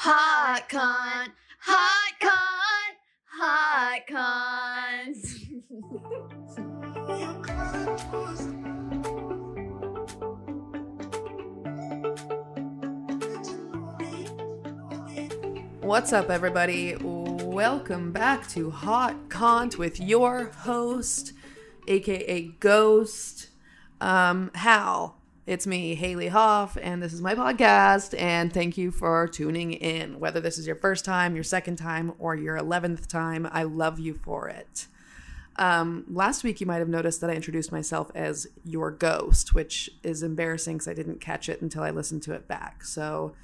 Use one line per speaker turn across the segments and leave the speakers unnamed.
Hot con, hot con, hot con.
What's up, everybody? Welcome back to Hot Cont with your host, aka Ghost, um, Hal. It's me, Haley Hoff, and this is my podcast. And thank you for tuning in. Whether this is your first time, your second time, or your 11th time, I love you for it. Um, last week, you might have noticed that I introduced myself as your ghost, which is embarrassing because I didn't catch it until I listened to it back. So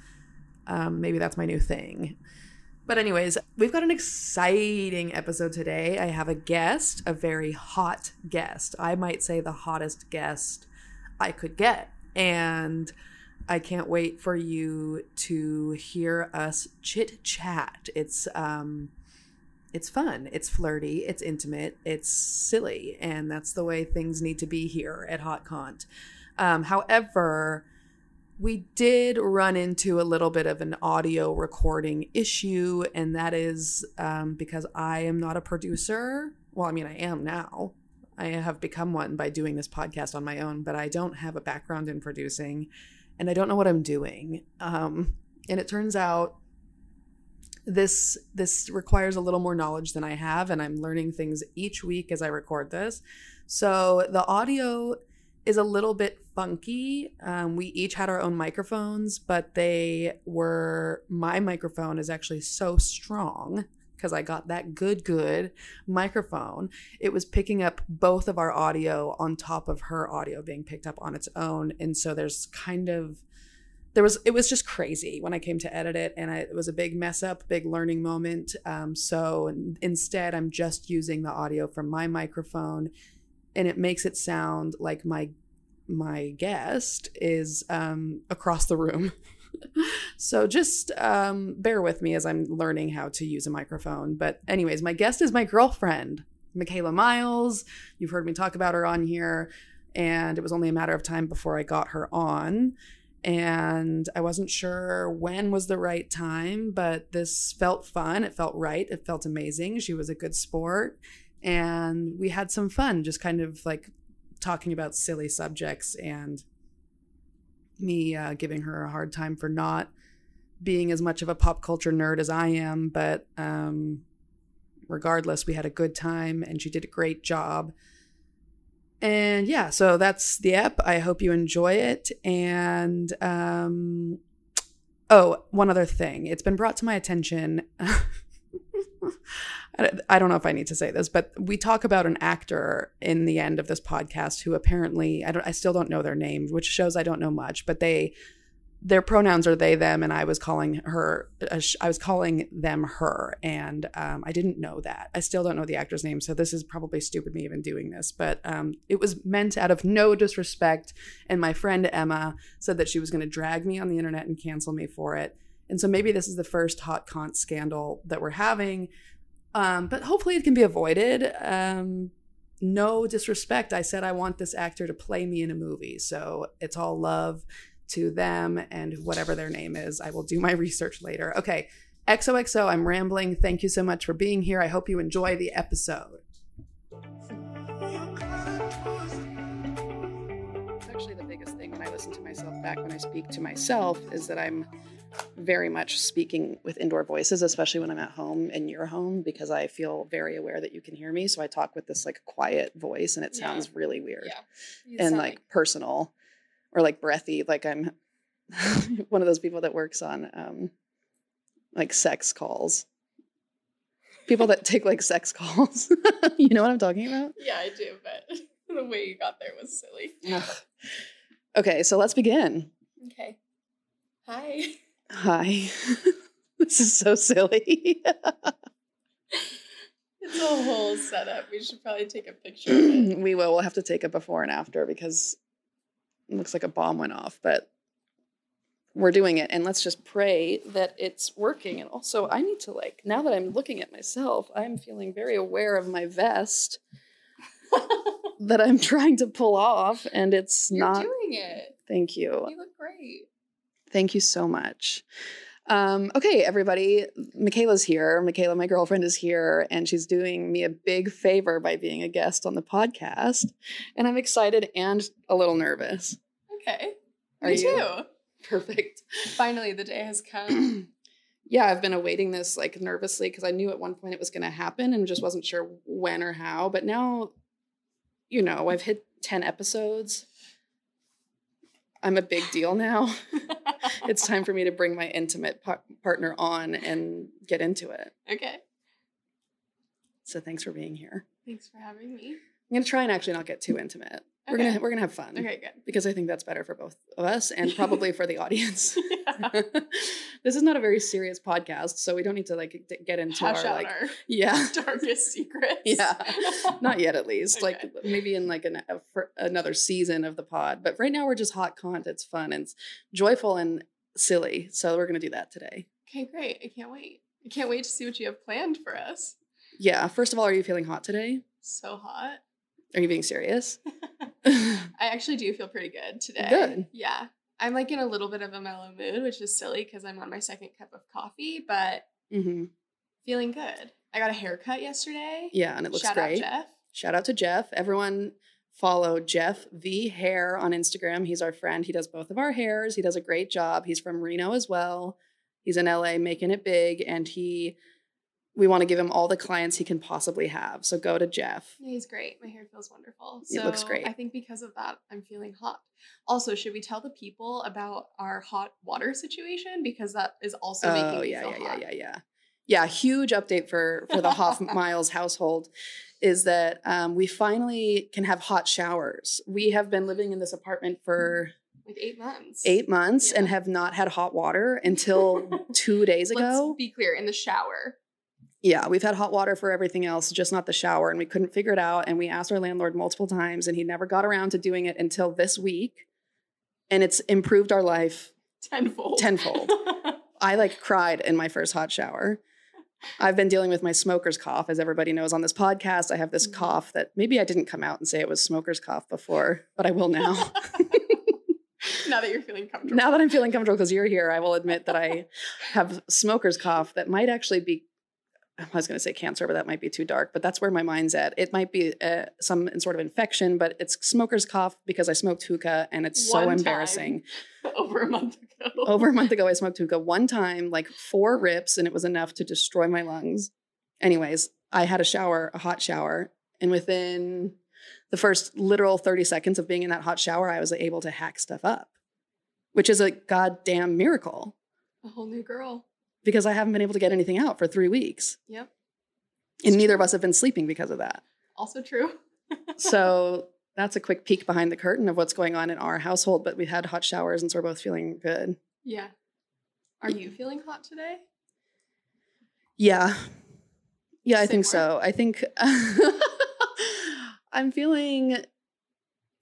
um, maybe that's my new thing. But, anyways, we've got an exciting episode today. I have a guest, a very hot guest. I might say the hottest guest I could get. And I can't wait for you to hear us chit chat. It's, um, it's fun, it's flirty, it's intimate, it's silly, and that's the way things need to be here at Hot Cont. Um, however, we did run into a little bit of an audio recording issue, and that is um, because I am not a producer. Well, I mean, I am now. I have become one by doing this podcast on my own, but I don't have a background in producing, and I don't know what I'm doing. Um, and it turns out this this requires a little more knowledge than I have, and I'm learning things each week as I record this. So the audio is a little bit funky. Um, we each had our own microphones, but they were my microphone is actually so strong because I got that good good microphone. It was picking up both of our audio on top of her audio being picked up on its own, and so there's kind of there was it was just crazy when I came to edit it, and I, it was a big mess up, big learning moment. Um, so in- instead, I'm just using the audio from my microphone, and it makes it sound like my my guest is um, across the room. so just um, bear with me as I'm learning how to use a microphone. But anyways, my guest is my girlfriend, Michaela Miles. You've heard me talk about her on here, and it was only a matter of time before I got her on and I wasn't sure when was the right time, but this felt fun. It felt right. It felt amazing. She was a good sport. And we had some fun just kind of like talking about silly subjects and me uh, giving her a hard time for not being as much of a pop culture nerd as I am. But um, regardless, we had a good time and she did a great job. And yeah, so that's the app. I hope you enjoy it. And um, oh, one other thing. It's been brought to my attention. I don't- I don't know if I need to say this, but we talk about an actor in the end of this podcast who apparently I don't I still don't know their name, which shows I don't know much, but they their pronouns are they them and I was calling her uh, sh- I was calling them her and um, I didn't know that I still don't know the actor's name so this is probably stupid me even doing this but um, it was meant out of no disrespect and my friend Emma said that she was going to drag me on the internet and cancel me for it and so maybe this is the first hot cont scandal that we're having um, but hopefully it can be avoided um, no disrespect I said I want this actor to play me in a movie so it's all love to them and whatever their name is. I will do my research later. Okay. XOXO, I'm rambling. Thank you so much for being here. I hope you enjoy the episode. It's actually the biggest thing when I listen to myself back when I speak to myself is that I'm very much speaking with indoor voices, especially when I'm at home in your home, because I feel very aware that you can hear me. So I talk with this like quiet voice and it
Yeah.
sounds really weird
Yeah. You
and
sound
like, personal or like breathy like i'm one of those people that works on um like sex calls people that take like sex calls you know what i'm talking about
yeah, I do, but the way you got there was silly.
Ugh. okay so let's begin
Okay. Hi.
hi this is so silly
It's a whole setup. We should probably take a picture of it.
we will we'll have to take a before and after because it looks like a bomb went off but we're doing it and let's just pray that it's working and also i need to like now that i'm looking at myself i'm feeling very aware of my vest that i'm trying to pull off and it's
You're
not
doing it.
thank you
You look great.
thank you so much Um, okay, everybody, Michaela's here. Michaela, my girlfriend, is here, and she's doing me a big favor by being a guest on the podcast. And I'm excited and a little nervous.
Okay.
Are
Me
you?
too.
Perfect.
Finally, the day has come.
yeah, I've been awaiting this like nervously because I knew at one point it was going to happen and just wasn't sure when or how. But now, you know, I've hit 10 episodes. I'm a big deal now. it's time for me to bring my intimate par- partner on and get into it.
okay.
So thanks for being here.
Thanks for having me.
I'm gonna try and actually not get too intimate. We're
Okay.
gonna we're gonna have fun
Okay, good.
because I think that's better for both of us and probably for the audience.
Yeah.
this is not a very serious podcast, so we don't need to like d- get into
Hash
our
out
like
our
yeah
darkest secrets.
Yeah. not yet at least
Okay.
like maybe in like an, a, for another season of the pod. But right now we're just hot content. It's fun and it's joyful and silly. So we're gonna do that today.
okay, great. I can't wait. I can't wait to see what you have planned for us.
Yeah. First of all, are you feeling hot today?
So hot.
Are you being serious? Mm-hmm.
I actually do feel pretty good today.
Good.
Yeah. I'm like in a little bit of a mellow mood, which is silly because I'm on my second cup of coffee, but
hmm
feeling good. I got a haircut yesterday.
Yeah, and it looks
Shout out
great.
Jeff.
Shout out to Jeff. Everyone follow Jeff V Hair on Instagram. He's our friend. He does both of our hairs. He does a great job. He's from Reno as well. He's in LA making it big and he we want to give him all the clients he can possibly have. So go to Jeff.
Yeah, He's great. My hair feels wonderful. So
It looks great.
I think because of that, I'm feeling hot. Also, should we tell the people about our hot water situation? Because that is also making
oh
me
yeah,
feel
yeah,
hot.
yeah, yeah, yeah. Yeah, huge update for for the Hoff Miles household is that um, we finally can have hot showers. We have been living in this apartment for
Like eight months.
eight months and
Yeah.
have not had hot water until two days ago.
Let's be clear in the shower.
yeah, we've had hot water for everything else, just not the shower. And we couldn't figure it out. And we asked our landlord multiple times, and he never got around to doing it until this week. And it's improved our life
Tenfold.
tenfold. I like cried in my first hot shower. I've been dealing with my smoker's cough, as everybody knows on this podcast. I have this
Mhm.
cough that maybe I didn't come out and say it was smoker's cough before, but I will now.
now that you're feeling comfortable.
now that I'm feeling comfortable because you're here, I will admit that I have smoker's cough that might actually be. I was going to say cancer, but that might be too dark. But that's where my mind's at. It might be uh, some sort of infection, but it's smoker's cough because I smoked hookah, and it's
One
so
time.
embarrassing.
over a month ago.
Over a month ago, I smoked hookah one time, like four rips, and it was enough to destroy my lungs. Anyways, I had a shower, a hot shower, and within the first literal 30 seconds of being in that hot shower, I was able to hack stuff up, which is a goddamn miracle
a whole new girl.
because I haven't been able to get anything out for three weeks.
Yep.
And neither of us have been sleeping because of that.
Also true.
So that's a quick peek behind the curtain of what's going on in our household. But we had hot showers, and so we're both feeling good.
Yeah. Are you feeling hot today?
Yeah. Yeah, I
Say
think
more.
so. I think I'm feeling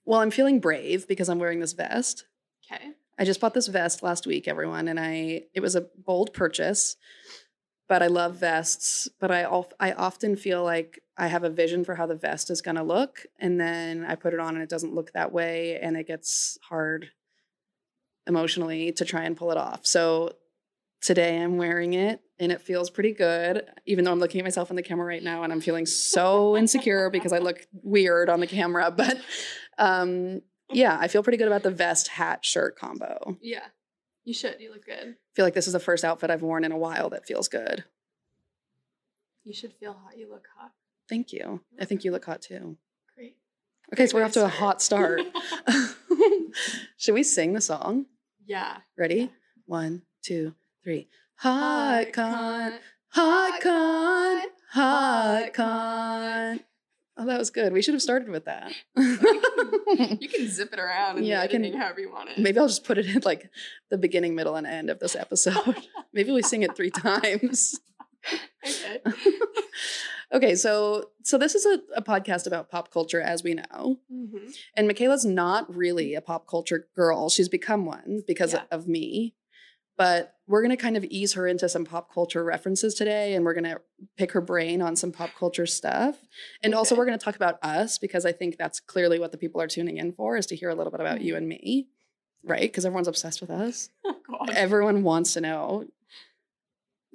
well, I'm feeling brave because I'm wearing this vest.
Okay.
I just bought this vest last week, everyone, and I it was a bold purchase. But I love vests, but I al- I often feel like I have a vision for how the vest is going to look and then I put it on and it doesn't look that way and it gets hard emotionally to try and pull it off. So today I'm wearing it and it feels pretty good even though I'm looking at myself in the camera right now and I'm feeling so insecure because I look weird on the camera, but um yeah, I feel pretty good about the vest hat shirt combo.
Yeah. You should. You look good.
I feel like this is the first outfit I've worn in a while that feels good.
You should feel hot. You look hot.
Thank you. I think you look hot too.
Great.
Okay, so we're
Great
off to a
start.
hot start. Should we sing the song?
yeah.
Ready? One, two, three. Hot
Hot
con, hot con,
con, hot
hot con. Oh, that was good. We should have started with that.
You can zip it around and
Yeah,
yeah,
I can-
editing however you want it.
Maybe I'll just put it in like the beginning, middle, and end of this episode. Maybe we sing it three times.
Okay.
okay, so so this is a, a podcast about pop culture as we know.
hmm
And Michaela's not really a pop culture girl. She's become one because
Yeah.
of me. But we're going to kind of ease her into some pop culture references today and we're going to pick her brain on some pop culture stuff. And also
Okay.
we're going to talk about us because I think that's clearly what the people are tuning in for is to hear a little bit
Mm-hmm.
about you and me. Right? Cuz everyone's obsessed with us.
Oh, God.
Everyone wants to know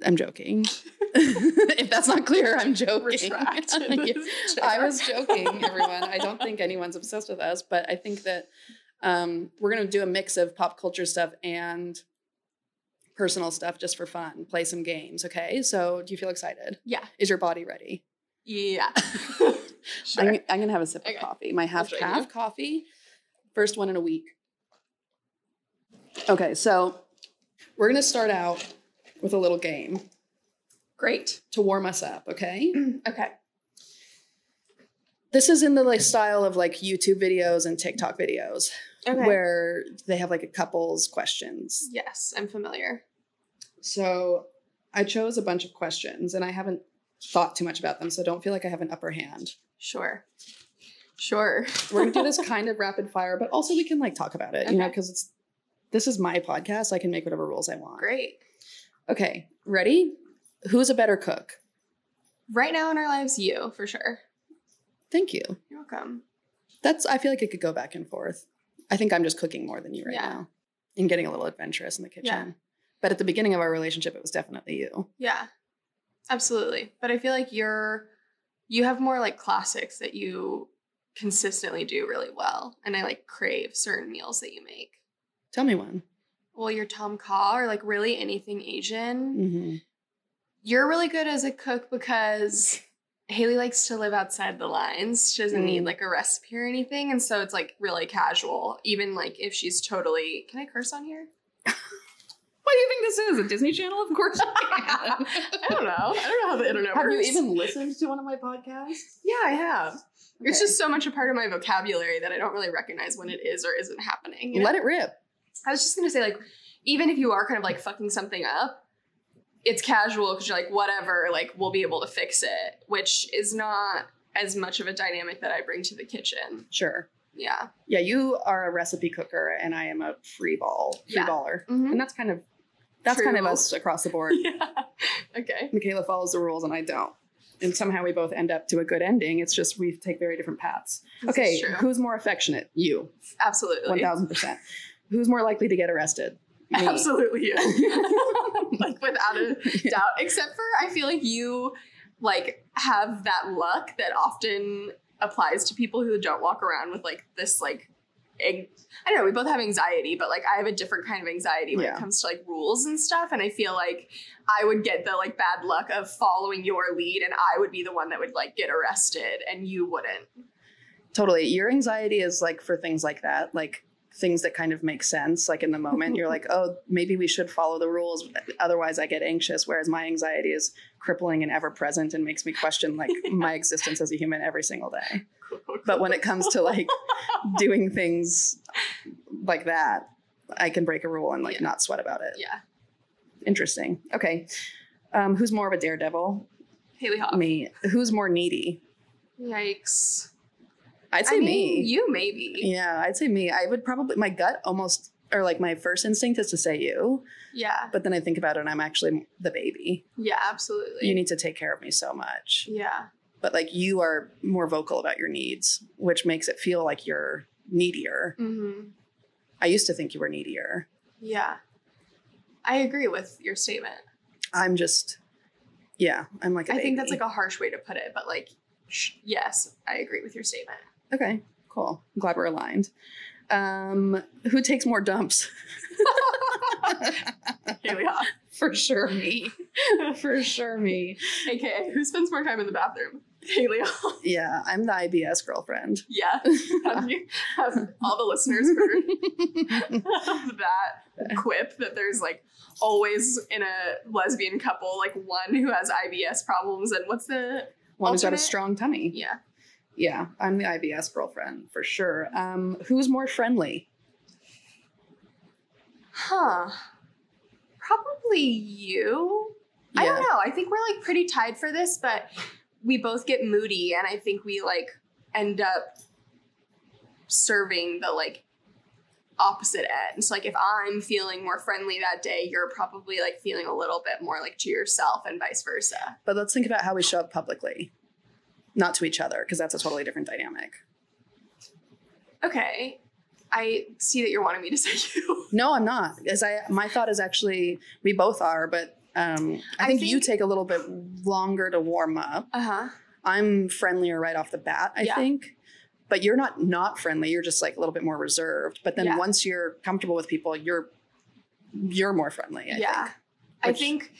I'm joking. if that's not clear, I'm joking.
Retract.
Yes. I was joking, everyone. I don't think anyone's obsessed with us, but I think that um, we're going to do a mix of pop culture stuff and personal stuff just for fun, play some games. Okay. So, do you feel excited?
Yeah.
Is your body ready?
Yeah. sure.
I'm, I'm going to have a sip
Okay.
of coffee, my half
join
calf
you.
coffee, first one in a week. Okay. So, we're going to start out with a little game
Great.
to warm us up. Okay.
Okay.
this is in the like style of like YouTube videos and TikTok videos
Okay.
where they have like a couple's questions.
Yes, I'm familiar.
So I chose a bunch of questions and I haven't thought too much about them, so don't feel like I have an upper hand.
Sure. Sure.
We're gonna do this kind of rapid fire, but also we can like talk about it, you know,
Okay.
because it's this is my podcast. I can make whatever rules I want.
Great.
Okay, ready? Who's a better cook?
Right now in our lives, you for sure.
Thank you.
You're welcome.
That's I feel like it could go back and forth. I think I'm just cooking more than you right
Yeah.
now and getting a little adventurous in the kitchen.
Yeah.
But at the beginning of our relationship, it was definitely you.
Yeah, absolutely. But I feel like you're you have more like classics that you consistently do really well, and I like crave certain meals that you make.
Tell me one.
Well, your tom kha or like really anything Asian.
hmm
You're really good as a cook because Haley likes to live outside the lines. She doesn't need
Mm.
like a recipe or anything, and so it's like really casual. Even like if she's totally can I curse on here?
What do you think this is? A Disney Channel? Of course.
I don't know. I don't know how the internet
have you
works.
even listened to one of my podcasts?
Yeah, I have. It's
Okay.
just so much a part of my vocabulary that I don't really recognize when it is or isn't happening. you know?
let it rip.
I was just gonna say, like, even if you are kind of like fucking something up, it's casual because you're like, whatever, like we'll be able to fix it, which is not as much of a dynamic that I bring to the kitchen.
Sure.
Yeah.
Yeah, you are a recipe cooker, and I am a free ball, free
Yeah.
baller,
Mhm.
and that's kind of that's
True.
kind of us across the board.
yeah. Okay.
Michaela follows the rules, and I don't, and somehow we both end up to a good ending. It's just we take very different paths.
This
Okay,
is true.
who's more affectionate? You, one
Absolutely.
thousand percent. Who's more likely to get arrested? Me.
Absolutely you. like without a doubt. Except for I feel like you like have that luck that often applies to people who don't walk around with like this like ang- I don't know, we both have anxiety, but like I have a different kind of anxiety when
Yeah.
it comes to like rules and stuff. And I feel like I would get the like bad luck of following your lead and I would be the one that would like get arrested and you wouldn't.
Totally. Your anxiety is like for things like that, like things that kind of make sense. Like in the moment, you're like, oh, maybe we should follow the rules. Otherwise, I get anxious. Whereas my anxiety is crippling and ever present and makes me question like my existence as a human every single day. But when it comes to like doing things like that, I can break a rule and like
Yeah.
not sweat about it.
Yeah.
Interesting. Okay. Um, who's more of a daredevil?
Haley Hoff.
Me. Who's more needy?
Yikes.
I'd say
I mean,
me.
you maybe.
Yeah, I'd say me. I would probably my gut almost or like my first instinct is to say you,
Yeah.
but then I think about it and I'm actually the baby.
Yeah, absolutely.
You need to take care of me so much.
Yeah.
But like you are more vocal about your needs, which makes it feel like you're needier.
hmm
I used to think you were needier.
Yeah. I agree with your statement.
I'm just yeah, I'm like I
I think that's like a harsh way to put it, but like, sh- yes, I agree with your statement.
Okay, cool. I'm glad we're aligned. Um who takes more dumps?
Here we are.
For sure me. For sure me.
AKA, who spends more time in the bathroom? Haley Hall.
Yeah, I'm the IBS girlfriend.
Yeah. Have, you, have all the listeners heard of that quip that there's like always in a lesbian couple, like one who has IBS problems and what's the.
One who's got a
Alternate-
strong tummy.
Yeah.
Yeah, I'm the IBS girlfriend for sure. Um, who's more friendly?
Huh. Probably you. I don't know. I think we're like pretty tied for this, but we both get moody and I think we like end up serving the like opposite end. So like if I'm feeling more friendly that day, you're probably like feeling a little bit more like to yourself and vice versa.
But let's think about how we show up publicly, not to each other, because that's a totally different dynamic.
Okay. I see that you're wanting me to say you.
No, I'm not, because I my thought is actually we both are, but Um, I,
I
think you
think-
take a little bit longer to warm up.
Uh huh.
I'm friendlier right off the bat, I
Yeah.
think. But you're not not friendly. You're just like a little bit more reserved. But then
Yeah.
once you're comfortable with people, you're you're more friendly. I
yeah.
think.
I
Which-
think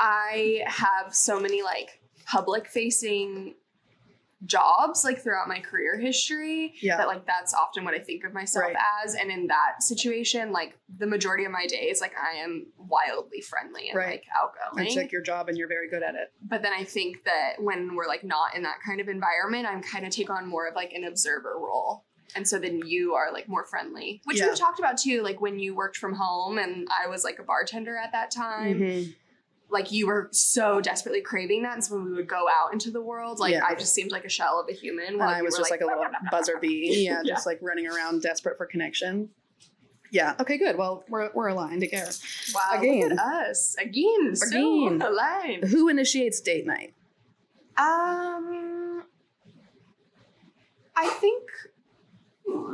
I have so many like public facing jobs like throughout my career history
Yeah.
that like that's often what I think of myself
Right.
as. And in that situation, like the majority of my days, like I am wildly friendly and
Right.
like outgoing.
It's like your job, and you're very good at it.
but then I think that when we're like not in that kind of environment, I'm kind of take on more of like an observer role. And so then you are like more friendly, which
Yeah.
we've talked about too, like when you worked from home and I was like a bartender at that time
Mhm.
like you were so desperately craving that. And so when we would go out into the world, like
Yeah.
I just seemed like a shell of a human.
And
while
I
you
was
were,
just like, a little buzzer bee, yeah, just like running around, desperate for connection. Yeah. Okay. Good. Well, we're we're aligned again.
wow,
again.
look at us again, so
Again.
aligned.
Who initiates date night?
Um, I think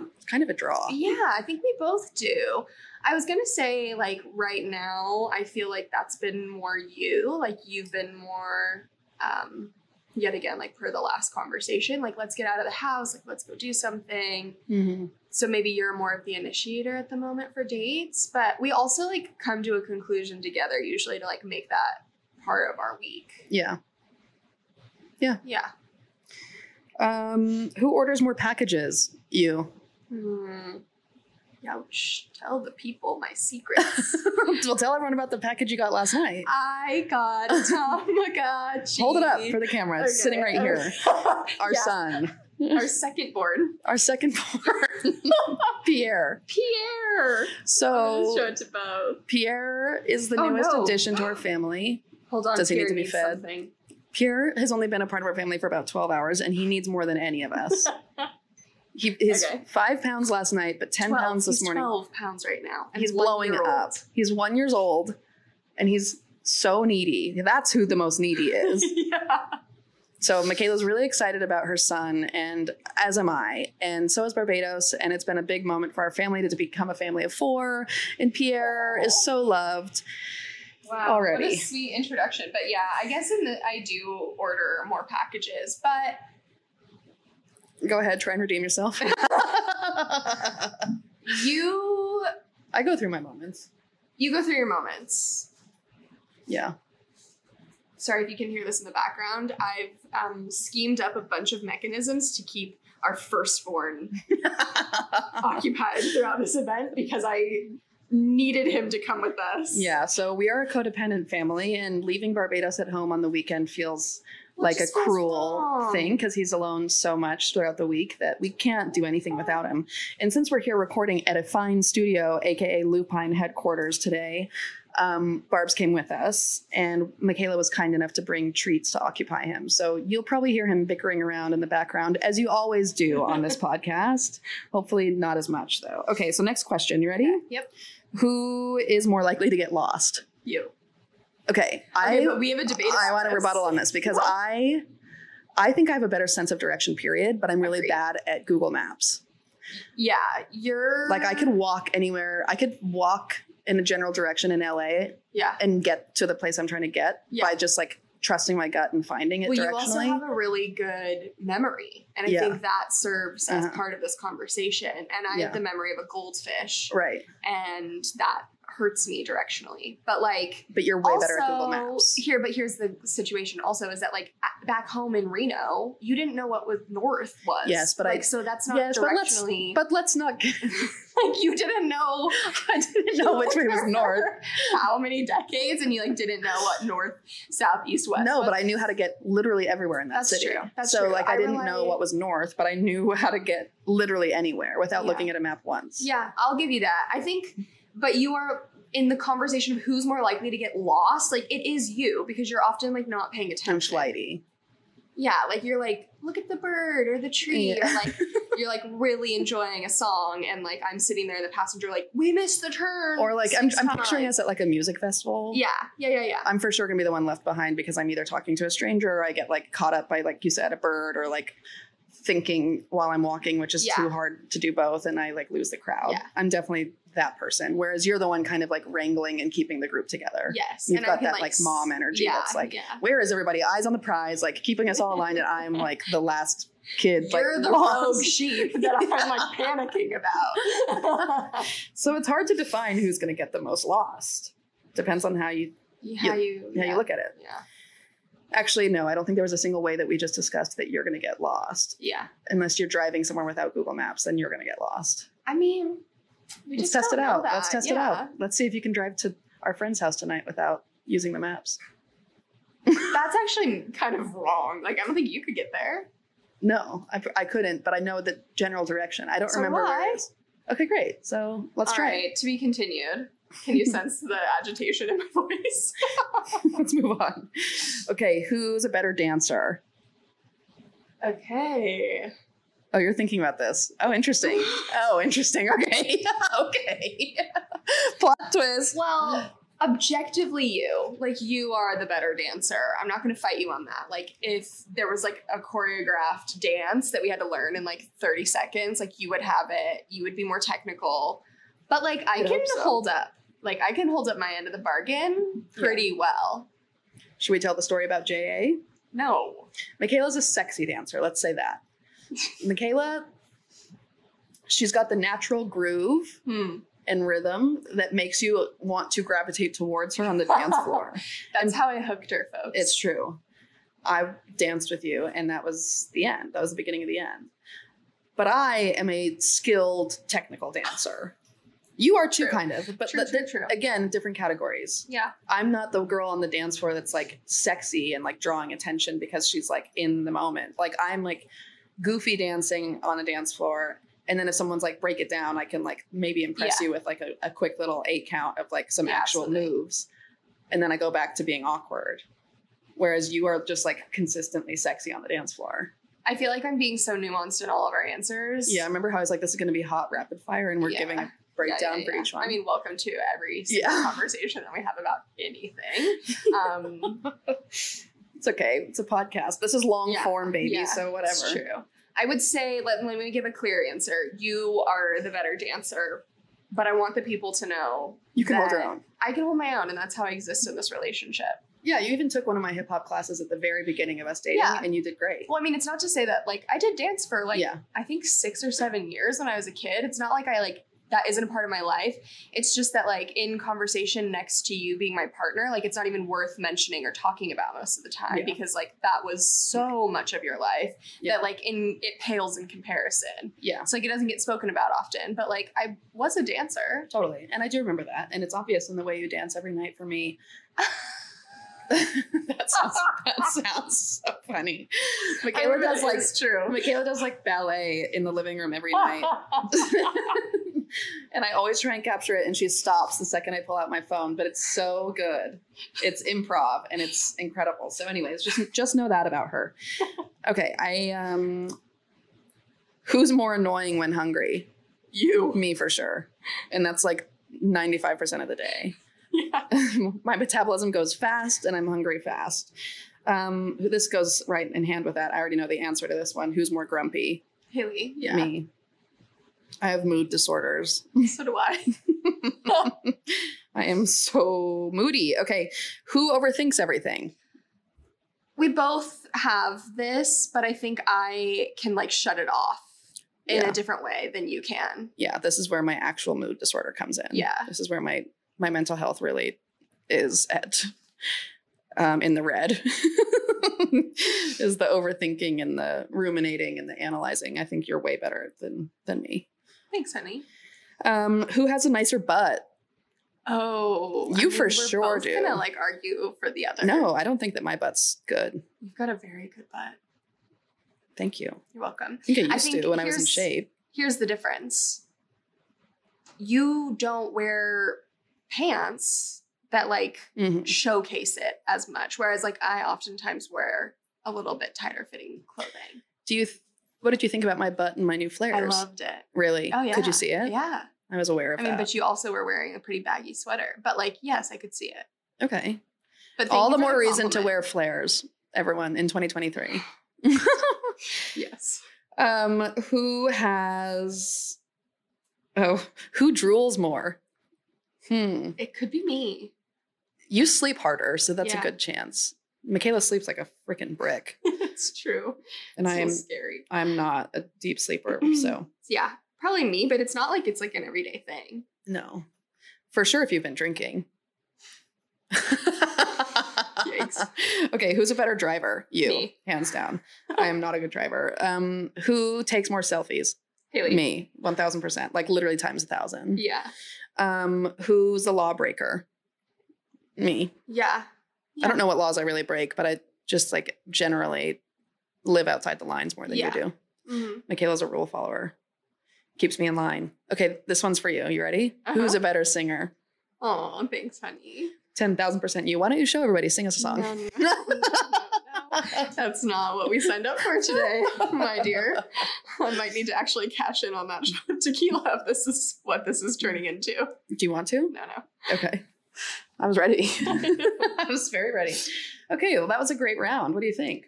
It's kind of a draw.
yeah, I think we both do. I was gonna say like right now, I feel like that's been more you. Like you've been more. um Yet again, like per the last conversation, like let's get out of the house, like let's go do something.
Mm-hmm.
so maybe you're more of the initiator at the moment for dates but we also like come to a conclusion together usually to like make that part of our week
Yeah.
yeah
Um, who orders more packages? You.
hmm. Ouch. Tell the people my secrets.
well, tell everyone about the package you got last night.
I got Tamagotchi.
Hold it up for the camera. It's
Okay.
sitting right here. Our
Yeah,
son,
Our second born.
our second born, Pierre.
Pierre. Let's show
So
it to both.
Pierre is the
Oh,
newest
no.
addition to our family.
Hold on.
Does he need
Pierre
to be
needs
fed?
Something.
Pierre has only been a part of our family for about 12 hours, and he needs more than any of us. He is
Okay.
five pounds last night, but 10
12.
pounds this
He's
morning.
12 pounds right now. and
He's
one
blowing
year old.
up. He's one years old, and he's so needy. That's who the most needy is.
yeah.
So Michaela's really excited about her son, and as am I, and so is Barbados. And it's been a big moment for our family to, to become a family of four. And Pierre is so loved.
Wow, What
already.
a sweet introduction. But yeah, I guess in the I do order more packages, but
Go ahead, try and redeem yourself.
you
I go through my moments.
you go through your moments.
Yeah.
Sorry if you can hear this in the background. I've um, schemed up a bunch of mechanisms to keep our firstborn occupied throughout this event because I needed him to come with us.
yeah. So we are a codependent family, and leaving Barbados at home on the weekend feels
Well,
like a
just goes
cruel
wrong.
thing because he's alone so much throughout the week that we can't do anything without him. And since we're here recording at a fine studio, aka Lupine headquarters today, um, Barb's came with us, and Michaela was kind enough to bring treats to occupy him. So you'll probably hear him bickering around in the background, as you always do on this podcast. Hopefully, not as much though. Okay, so next question. You ready?
Yep.
Who is more likely to get lost?
You.
Okay,
Okay, but we have a debate.
I
about
want to
this.
rebuttal on this because
What?
I I think I have a better sense of direction period, but I'm really
Agreed.
bad at Google Maps.
Yeah, you're
Like I could walk anywhere. I could walk in a general direction in LA
Yeah.
and get to the place I'm trying to get
Yeah.
by just like trusting my gut and finding it
well,
directionally.
you also have a really good memory, and I
Yeah.
think that serves as
Uh-huh.
part of this conversation. And I
Yeah.
have the memory of a goldfish,
right.
and that hurts me directionally. But like,
But you're way
also,
better at Google Maps.
here, but here's the situation. Also, is that like a- back home in Reno, you didn't know what was north was.
Yes, but I-
like, so that's not
Yes, but let's-
directionally.
But let's not get
like, you didn't know. I didn't
know which way was
for
north.
How many decades, and you like didn't know what north, south, east, west.
No,
was.
but I knew how to get literally everywhere in that
That's
city.
true. That's
so
true.
like I,
I
didn't
rely-
know what was north, but I knew how to get literally anywhere without
Yeah.
looking at a map once.
Yeah, I'll give you that. I think, but you are in the conversation of who's more likely to get lost. Like it is you because you're often like not paying
I'm
attention.
flighty.
Yeah, like you're like, look at the bird or the tree,
Yeah.
or like you're like really enjoying a song, and like I'm sitting there in the passenger, like we missed the turn,
or like I'm,
six
I'm picturing
times."
us at like a music festival
Yeah, yeah, yeah, yeah.
i'm for sure gonna be the one left behind because i'm either talking to a stranger or i get like caught up by like you said a bird or like thinking while I'm walking, which is
Yeah.
too hard to do both, and I like lose the crowd.
Yeah.
I'm definitely that person. Whereas you're the one kind of like wrangling and keeping the group together.
Yes.
You've
and I
got
can,
that like,
s-
mom energy
yeah,
that's like,
yeah.
where is everybody? Eyes on the prize, like keeping us all aligned, and I'm like the last kid. like,
You're the
lost.
rogue sheep that I'm like panicking about.
So it's hard to define who's going to get the most lost. Depends on how you
How you,
how you look at it.
Yeah.
Actually, no, I don't think there was a single way that we just discussed that you're going to get lost
Yeah.
unless you're driving somewhere without Google Maps. Then you're going to get lost.
I mean, we
Let's
just
test it
don't know
out.
that.
Let's test it
Yeah.
out. Let's see if you can drive to our friend's house tonight without using the maps.
That's actually kind of wrong. Like, I don't think you could get there.
No, I, I couldn't, but I know the general direction. I don't
So
remember where
why?
it is. Okay, great. So let's
All
try. it.
right, to be continued. Can you sense the agitation in my voice?
let's move on. Okay, who's a better dancer?
Okay.
Oh, you're thinking about this. Oh, interesting. Oh, interesting. Okay. okay. Plot twist.
Well, objectively, you like you are the better dancer. I'm not going to fight you on that. Like, if there was like a choreographed dance that we had to learn in like 30 seconds, like you would have it. You would be more technical. But like, I
I'd
can
hope so.
hold up. Like, I can hold up my end of the bargain pretty well.
Should we tell the story about JA?
No.
Michaela's a sexy dancer. Let's say that. Michaela, she's got the natural groove
Hmm.
and rhythm that makes you want to gravitate towards her on the dance floor.
That's how I hooked her, folks.
It's true. I danced with you, and that was the end. That was the beginning of the end. But I am a skilled technical dancer. You are too,
True.
kind of. But
true,
the-
true, true.
again, different categories.
Yeah.
I'm not the girl on the dance floor that's like sexy and like drawing attention because she's like in the moment. Like I'm like goofy dancing on a dance floor. And then if someone's like break it down, I can like maybe impress you with like a, a quick little eight count of like some
Yeah,
actual
absolutely.
moves. And then I go back to being awkward. Whereas you are just like consistently sexy on the dance floor.
I feel like I'm being so nuanced in all of our answers.
Yeah, I remember how I was like, this is going to be hot rapid fire, and we're
Yeah.
giving a
Yeah,
breakdown
yeah,
for
yeah.
each one.
I mean, welcome to every
Yeah.
single conversation that we have about anything. Um,
it's okay. It's a podcast. This is long
Yeah.
form, baby.
Yeah.
So whatever.
it's true. I would say, let, let me give a clear answer. You are the better dancer, but I want the people to know
You can hold your
that
own.
I can hold my own, and that's how I exist in this relationship.
Yeah, you even took one of my hip hop classes at the very beginning of us dating,
Yeah.
and you did great.
Well, I mean, it's not to say that like I did dance for like
yeah,
I think six or seven years when I was a kid. It's not like I like that isn't a part of my life. It's just that like in conversation next to you being my partner, like it's not even worth mentioning or talking about most of the time
Yeah.
because like that was so much of your life
Yeah.
that like in it pales in comparison.
yeah,
So like it doesn't get spoken about often, but like I was a dancer.
totally. And I do remember that, and it's obvious in the way you dance every night for me. that sounds that sounds so funny. Michaela does like
it's true.
Michaela does like ballet in the living room
Oh,
every night. and I always try and capture it, and she stops the second I pull out my phone. But it's so good, it's improv and it's incredible. So, anyways, just just know that about her. Okay, I um, who's more annoying when hungry?
you.
Me for sure, and that's like ninety five percent of the day.
Yeah.
my metabolism goes fast, and I'm hungry fast. Um, this goes right in hand with that. I already know the answer to this one. Who's more grumpy?
Haley. Yeah.
Me. I have mood disorders.
So do I.
I am so moody. Okay, who overthinks everything?
we both have this, but I think I can like shut it off in
Yeah.
a different way than you can.
Yeah, this is where my actual mood disorder comes in.
Yeah.
this is where my my mental health really is at um, in the red. is the overthinking and the ruminating and the analyzing. I think you're way better than than me.
Thanks, honey.
Um, who has a nicer butt?
Oh,
You for
we're
sure
both
do.
Gonna like argue for the other.
No, I don't think that my butt's good.
you've got a very good butt.
Thank you.
You're welcome.
I think I
I
used
think
to when I was in
here's-
shape.
Here's the difference: you don't wear pants that like
Mhm.
showcase it as much, whereas like I oftentimes wear a little bit tighter fitting clothing.
Do you? Th- what did you think about my butt and my new flares?
I loved it.
Really?
Oh yeah.
Could you see it?
Yeah.
I was aware of
I mean,
that.
but you also were wearing a pretty baggy sweater. But like, yes, I could see it.
okay.
But thank
All
you
the
for
more reason to
compliment.
wear flares, everyone, in 2023.
Yes.
Um, who has? Oh, who drools more? Hmm.
It could be me.
You sleep harder, so that's
Yeah.
a good chance. Michaela sleeps like a freaking brick,
it's true.
and
it's
I'm
so scary.
I'm not a deep sleeper, so
Yeah, probably me, but it's not like it's like an everyday thing.
no, for sure. If you've been drinking. Okay, who's a better driver? You,
Me.
hands down. I am not a good driver. Um, who takes more selfies?
Haley.
Me, one thousand percent. Like literally times a thousand.
Yeah.
Um, who's the lawbreaker? Me.
Yeah.
I don't know what laws I really break, but I just like generally live outside the lines more than
Yeah.
you do.
Mhm.
Michaela's a rule follower. Keeps me in line. Okay, this one's for you. You ready?
Uh-huh.
Who's a better singer?
Oh, thanks, honey.
Ten thousand percent you. Why don't you show everybody? Sing us a song.
No, no, no, no, no. That's not what we signed up for today, my dear. I might need to actually cash in on that shot of tequila if this is what this is turning into.
Do you want to?
No,
Okay. I was ready.
no.
I was very ready. Okay, well, that was a great round. What do you think?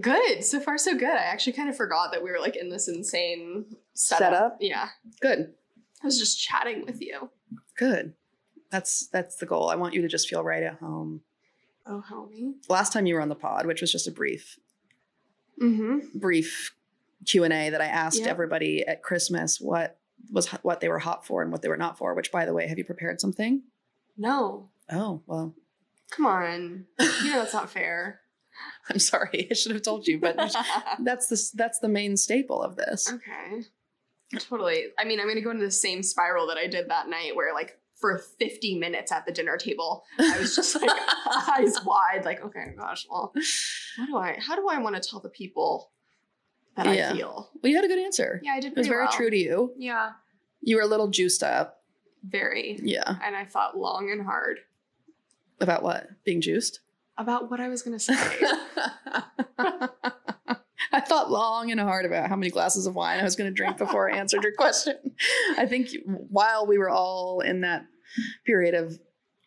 good. So far, so good. I actually kind of forgot that we were like in this insane setup.
Setup?
Yeah.
Good.
I was just chatting with you.
Good. That's that's the goal. I want you to just feel right at home.
Oh, homie.
Last time you were on the pod, which was just a brief
Mm-hmm.
brief Q and A that I asked
Yeah.
everybody at Christmas what was what they were hot for and what they were not for. Which, by the way, have you prepared something?
No.
Oh well,
Come on. You know that's not fair.
I'm sorry. I should have told you, but that's the that's the main staple of
Um,
this.
Okay. Totally. I mean, I'm going to go into the same spiral that I did that night where, like, for 50 minutes at the dinner table, I was just like eyes wide, like, okay, gosh, well, what do I, how do I want to tell the people that
Yeah.
I feel?
Well, you had a good answer.
Yeah, I did
it
pretty
was very
well.
true to you.
Yeah.
You were a little juiced up.
Very.
Yeah.
And I thought long and hard
About what? Being juiced?
about what I was going to say.
Mm-hmm. I thought long and hard about how many glasses of wine I was going to drink before I answered your question. I think while we were all in that period of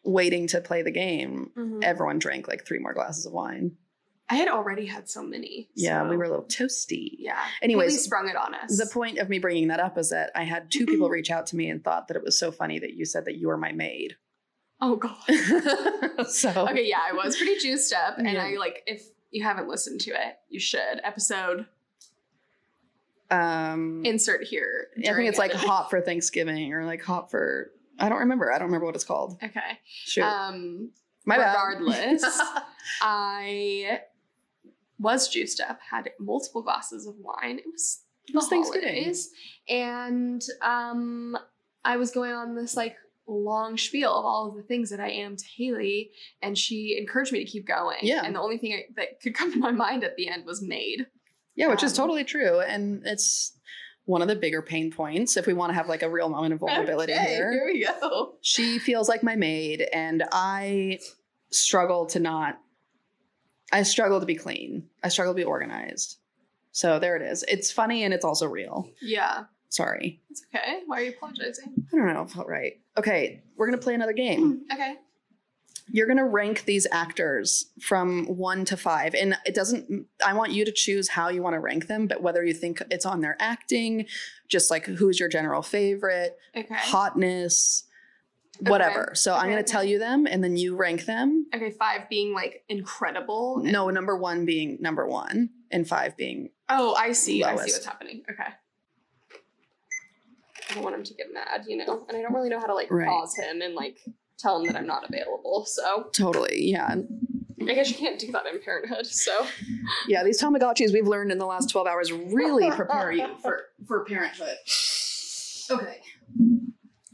waiting to play the game,
Mhm.
everyone drank like three more glasses of wine.
I had already had so many.
Yeah,
so-
we were a little toasty.
Yeah.
Anyways,
Haley sprung it on us.
The point of me bringing that up is that I had two people reach out to me and thought that it was so funny that you said that you were my maid.
oh, God.
so
okay, yeah, I was pretty juiced up, and
Yeah.
I like if you haven't listened to it, you should. Episode
um,
insert here.
I think
during
it's like
it.
hot for Thanksgiving or like hot for I don't remember. I don't remember what it's called.
okay.
Shoot.
Um,
My bad.
regardless, I was juiced up, had multiple glasses of wine. It was
It was
the
Thanksgiving.
holidays, and um, I was going on this like long spiel of all of the things that I am to Haley, and she encouraged me to keep going.
Yeah.
and the only thing I, that could come to my mind at the end was made.
yeah, which is
um,
totally true. And it's one of the bigger pain points if we want to have like a real moment of vulnerability
Okay,
here.
Here we go.
She feels like my maid, and I struggle to not, I struggle to be clean. I struggle to be organized. So there it is. It's funny and it's also real.
Yeah,
Sorry.
it's okay. Why are you apologizing?
I don't know. I felt right. Okay, we're going to play another game.
okay.
you're going to rank these actors from one to five. And it doesn't, I want you to choose how you want to rank them, but whether you think it's on their acting, just like who's your general favorite,
Okay.
hotness, whatever. So I'm
Okay,
going to
okay.
tell you them and then you rank them.
Okay, five being like incredible. and-
No, number one being number one and five being,
Oh, I see. I see
Lowest.
what's happening. Okay. I don't want him to get mad, you know, and I don't really know how to like
Right.
pause him and like tell him that I'm not available. So
totally. Yeah.
I guess you can't do that in parenthood. So
Yeah. These Tamagotchis we've learned in the last 12 hours really prepare you for, for parenthood. Okay.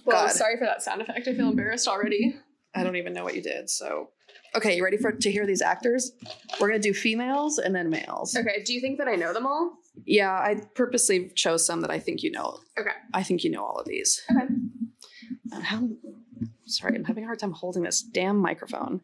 well,
God.
sorry for that sound effect. I feel embarrassed already.
I don't even know what you did. So, okay, you ready for to hear these actors? We're gonna do females and then males.
Okay. Do you think that I know them all?
Yeah, I purposely chose some that I think you know.
Okay.
I think you know all of these.
Okay.
And How, sorry, I'm having a hard time holding this damn microphone.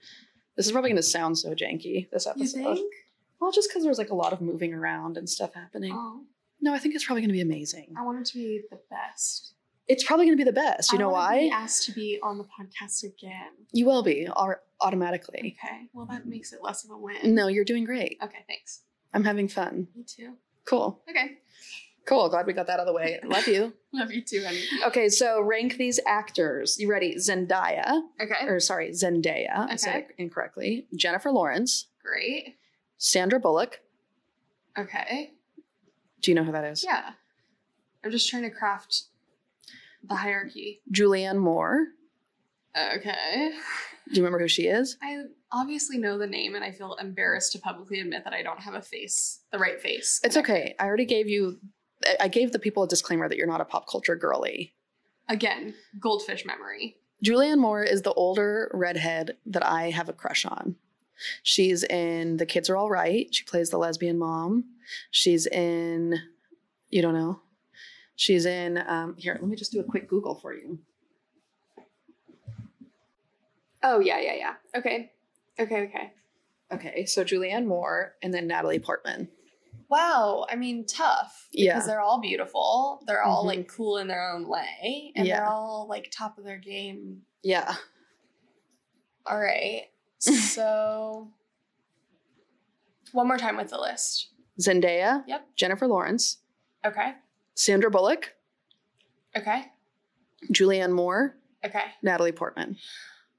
This is probably gonna sound so janky. This
You
episode.
think?
Well, just because there's like a lot of moving around and stuff happening.
Oh,
No, I think it's probably gonna be amazing.
I want it to be the best.
It's probably gonna be the best. You
I
know
wanna
why?
Be asked to be on the podcast again.
you will be au- automatically.
Okay. Well, that makes it less of a win.
No, you're doing great.
Okay, thanks.
I'm having fun.
Me too.
Cool.
Okay.
Cool. Glad we got that out of the way. Love you.
Love you too, honey.
Okay, so rank these actors. You ready? Zendaya,
Okay.
or sorry, Zendaya. I said it incorrectly. Jennifer Lawrence,
Great.
Sandra Bullock.
Okay.
Do you know who that is?
Yeah. I'm just trying to craft the hierarchy.
Julianne Moore.
Okay.
Do you remember who she is?
I obviously know the name and I feel embarrassed to publicly admit that I don't have a face, the right face.
It's okay. I already gave you. I- I gave the people a disclaimer that you're not a pop culture girly.
Again, goldfish memory.
Julianne Moore is the older redhead that I have a crush on. She's in The Kids Are All Right. She plays the lesbian mom. She's in, you don't know. She's in, um, here, let me just do a quick Google for you.
Oh, yeah, yeah, yeah. Okay. Okay, okay.
Okay, so Julianne Moore and then Natalie Portman.
Wow. I mean, tough.
Yeah.
Because they're all beautiful. They're all
Mhm.
like cool in their own way. And they're
Yeah.
all like top of their game.
Yeah.
All right. So, one more time with the list.
Zendaya.
Yep.
Jennifer Lawrence.
Okay.
Sandra Bullock.
Okay.
Julianne Moore.
Okay.
Natalie Portman.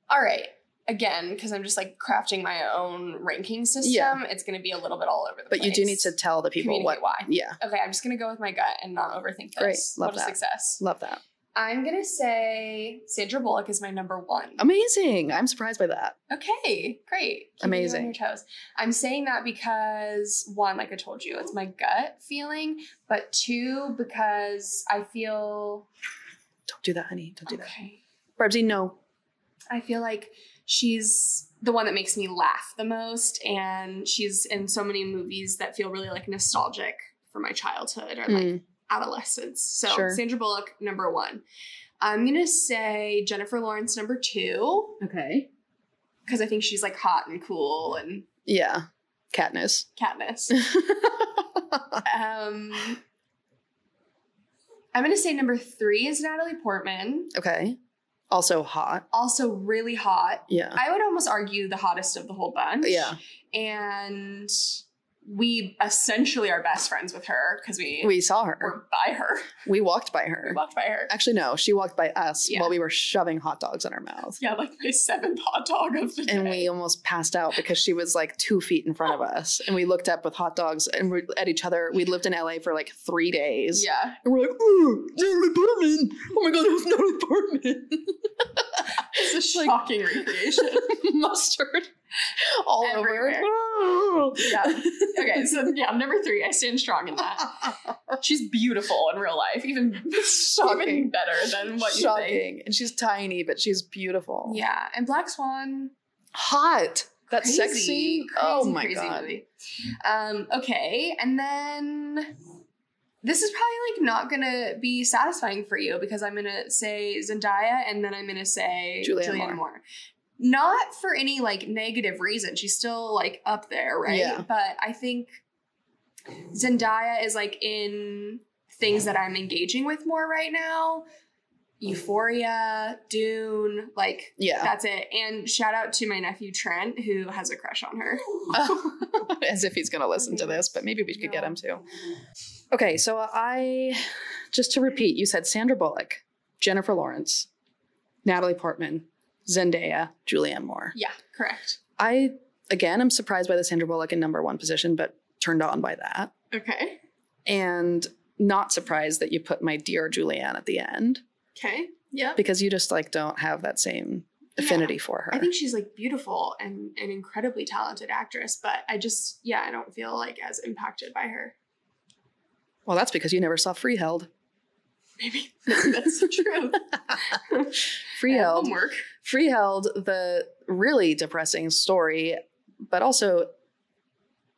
All right. Again, because I'm just like crafting my own ranking system,
Yeah.
it's going to be a little bit all over the
But
place.
you do need to tell the people what.
communicate why.
Yeah.
Okay, I'm just going to go with my gut and not overthink this.
Great.
what
Love
a
that.
success.
Love that.
I'm going to say Sandra Bullock is my number one.
Amazing. I'm surprised by that.
Okay, great. Keeping you
Amazing.
On your toes. I'm saying that because one, like I told you, it's my gut feeling, but two, because I feel
Don't do that, honey. Don't do that.
okay.
Barbsy, no.
I feel like she's the one that makes me laugh the most, and she's in so many movies that feel really like nostalgic for my childhood or like
Mm.
adolescence. So
Sure.
Sandra Bullock, number one. I'm gonna say Jennifer Lawrence, number two,
Okay.
because I think she's like hot and cool and
Yeah. Katniss.
Katniss. um, I'm gonna say number three is Natalie Portman,
okay. Also hot.
also really hot.
Yeah.
I would almost argue the hottest of the whole bunch.
yeah.
and we essentially are best friends with her because we,
We saw her.
were by her.
We walked by
We
her.
walked by her.
Actually, no. She walked by us
Yeah.
while we were shoving hot dogs in our mouth.
Yeah, like my seventh hot dog of the
And
day.
we almost passed out because she was like two feet in front of us. And we looked up with hot dogs and we at each other. We'd lived in LA for like three days.
yeah,
And we're like, ooh, Natalie Portman. Oh my God, it was Natalie Portman.
it's a
Like-
shocking recreation.
Mustard all
Everywhere.
over.
yeah. Okay, so yeah, number three. I stand strong in that.
Ah.
She's beautiful in real life, even
Shocking.
even better than what
Shocking.
you think.
And she's tiny, but she's beautiful.
Yeah, and Black Swan.
Hot. That
Crazy,
sex scene.
crazy,
oh my
crazy
god.
movie. Um, okay, and then this is probably like not gonna be satisfying for you because I'm gonna say Zendaya and then I'm gonna say
Julianne
Julianne
Moore.
Moore. Not for any like negative reason. She's still like up there, right?
Yeah.
But I think Zendaya is like in things that I'm engaging with more right now. Euphoria, Dune, like
Yeah.
that's it. And shout out to my nephew Trent, who has a crush on her.
As if he's going to listen to this, but maybe we could get
No.
him to. Okay, so I just to repeat, you said Sandra Bullock, Jennifer Lawrence, Natalie Portman, Zendaya, Julianne Moore.
Yeah, correct.
I again, I'm surprised by the Sandra Bullock in number 1 position, but turned on by that.
Okay.
And not surprised that you put my dear Julianne at the end.
Okay. Yeah.
because you just like don't have that same affinity for her.
I think she's like beautiful and an incredibly talented actress, but I just yeah, I don't feel like as impacted by her.
well, that's because you never saw Freeheld.
Maybe that's true. Yeah,
Freeheld,
Homework.
Freeheld, the really depressing story, but also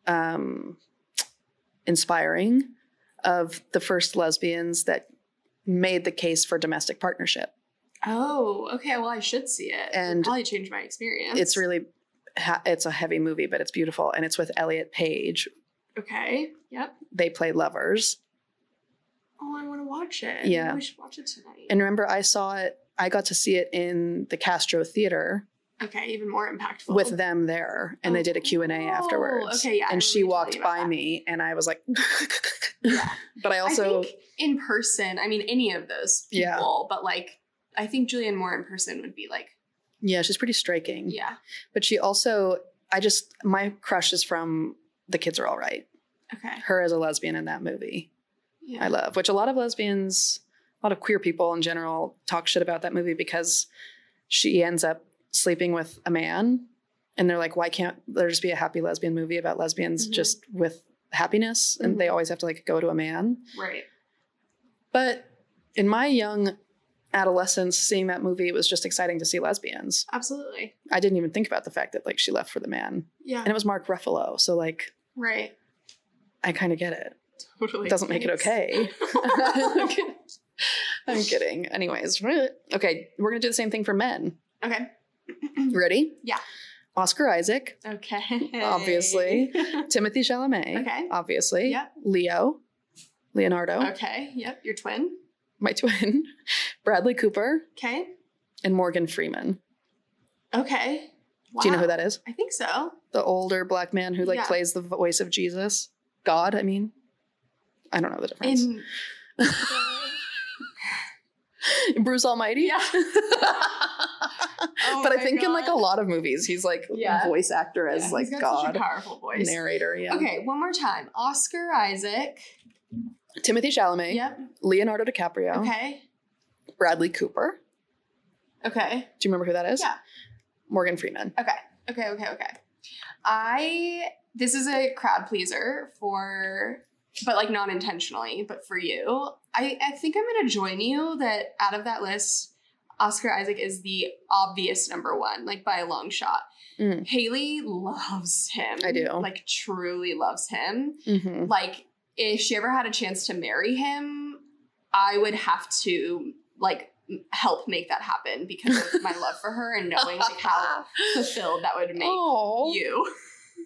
um, inspiring of the first lesbians that made the case for domestic partnership.
Oh, okay. Well, I should see it.
And
It'll probably change my experience.
It's really ha- it's a heavy movie, but it's beautiful, and it's with Elliot Page.
okay. Yep.
They play lovers,
Oh, I want to watch it.
Yeah.
Maybe we should watch it tonight.
and remember, I saw it. I got to see it in the Castro Theater
Okay, even more impactful.
with them there and they did a q&a afterwards
Oh. okay, yeah, I
and she
remember you
walked
telling me about
by
that.
me and i was like
Yeah.
but i also
I think in person, I mean, any of those
Yeah.
people, but like, I think Julianne Moore in person would be like,
yeah she's pretty striking
yeah,
but she also i just my crush is from the kids are all right
okay.
her as a lesbian in that movie
Yeah.
i love which a lot of lesbians a lot of queer people in general talk shit about that movie because she ends up sleeping with a man and they're like why can't there just be a happy lesbian movie about lesbians
Mhm.
just with happiness and
Mm-hmm.
they always have to like go to a man
right.
But in my young adolescence, seeing that movie, it was just exciting to see lesbians.
Absolutely.
I didn't even think about the fact that like she left for the man,
Yeah.
and it was Mark Ruffalo, so like
Right.
I kind of get it.
Totally.
It doesn't make it okay.
okay.
I'm kidding. Anyways, okay, we're gonna do the same thing for men.
Okay.
Ready?
Mm-hmm. Yeah.
Oscar Isaac,
Okay.
Obviously. Timothy Chalamet,
Okay.
obviously.
Yep.
Leo, Leonardo,
okay. Yep. Your twin.
my twin, Bradley Cooper,
Okay.
and Morgan Freeman.
Okay.
Do you know
Wow.
who that is?
I think so.
the older black man who like
Yeah.
plays the voice of Jesus, God. I mean, I don't know the difference.
In
Bruce Almighty.
yeah. Oh
but I
my
think in like a
God.
lot of movies, he's like
Yeah.
voice actor
Yeah,
as
he's
like
got such a
God
powerful voice.
narrator. Yeah.
Okay, one more time. Oscar Isaac.
Timothy Chalamet,
Yep.
Leonardo DiCaprio,
Okay.
Bradley Cooper.
Okay.
Do you remember who that is?
Yeah.
Morgan Freeman.
Okay. Okay. Okay. Okay. I this is a crowd pleaser for but like not intentionally, but for you. I, I think I'm gonna join you that out of that list, Oscar Isaac is the obvious number one, like by a long shot.
Mm.
Haley loves him.
I do.
Like truly loves him.
Mm-hmm.
like if she ever had a chance to marry him i would have to like m- help make that happen because of my love for her and knowing like how fulfilled that would make
Oh,
you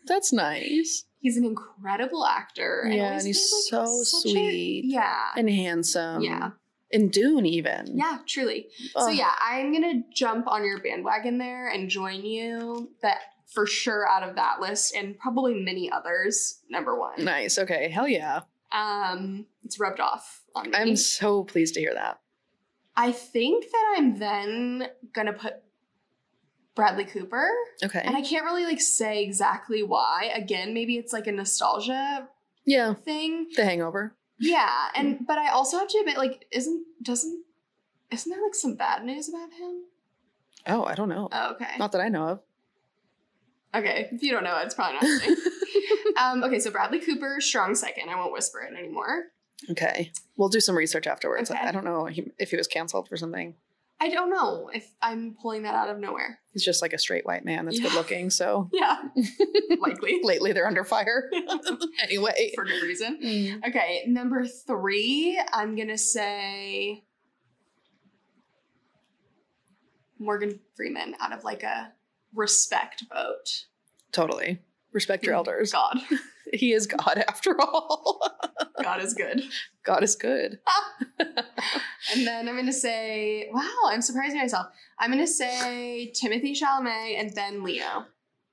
that's nice
he's an incredible actor
Yeah,
always
and he's
plays,
so
such a-
sweet.
yeah
and handsome.
Yeah.
In Dune, even.
yeah truly so
Ugh.
yeah i'm gonna jump on your bandwagon there and join you that for sure out of that list and probably many others number one
Nice. Okay. Hell yeah.
um it's rubbed off on me
I'm so pleased to hear that.
I think that I'm then gonna put Bradley Cooper,
Okay.
and I can't really like say exactly why. Again, maybe it's like a nostalgia
yeah.
thing.
The Hangover.
Yeah, and but I also have to admit, like, isn't doesn't isn't there like some bad news about him?
Oh, I don't know.
Oh, okay,
Not that I know of.
okay. If you don't know, it's probably not. a thing. um, okay, so Bradley Cooper, strong second. I won't whisper it anymore.
Okay. We'll do some research afterwards.
Okay.
I don't know he- if he was canceled for something.
I don't know if I'm pulling that out of nowhere.
He's just like a straight white man that's
Yeah.
good looking. So
Yeah, likely
lately they're under fire. anyway.
for good reason.
Mm.
Okay, number three, I'm gonna say Morgan Freeman out of like a respect vote.
Totally. Respect your
Mm.
elders.
God,
He is God after all.
God is good.
God is good.
And then I'm gonna say, wow, I'm surprising myself. I'm gonna say Timothy Chalamet and then Leo.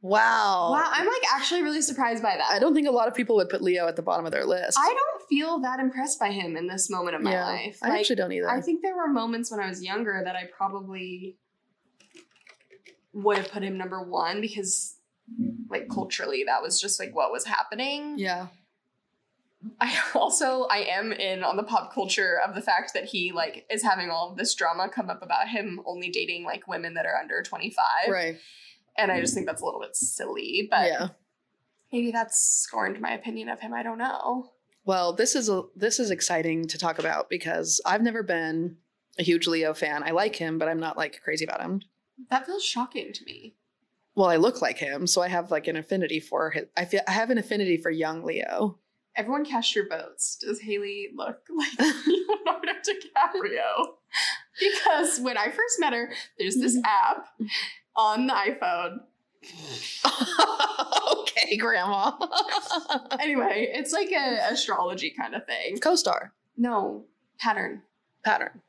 Wow.
Wow, I'm like actually really surprised by that.
Oh. I don't think a lot of people would put Leo at the bottom of their list.
I don't feel that impressed by him in this moment of my
yeah.
life.
I actually don't either.
I think there were moments when I was younger that I probably would have put him number one because, like, culturally, that was just like what was happening.
yeah.
I also I am in on the pop culture of the fact that he like is having all of this drama come up about him only dating like women that are under twenty five,
Right.
and I just think that's a little bit silly. But
yeah.
maybe that's scorned my opinion of him. I don't know.
Well, this is a this is exciting to talk about because I've never been a huge Leo fan. I like him, but I'm not like crazy about him.
That feels shocking to me.
Well, I look like him, so I have like an affinity for his. I feel I have an affinity for young Leo.
Everyone cast your votes. Does Haley look like Leonardo DiCaprio? Because when I first met her, there's this
Mm-hmm.
app on the iPhone.
okay, Grandma.
Anyway, it's like a astrology kind of thing.
Co-star
No, pattern.
pattern.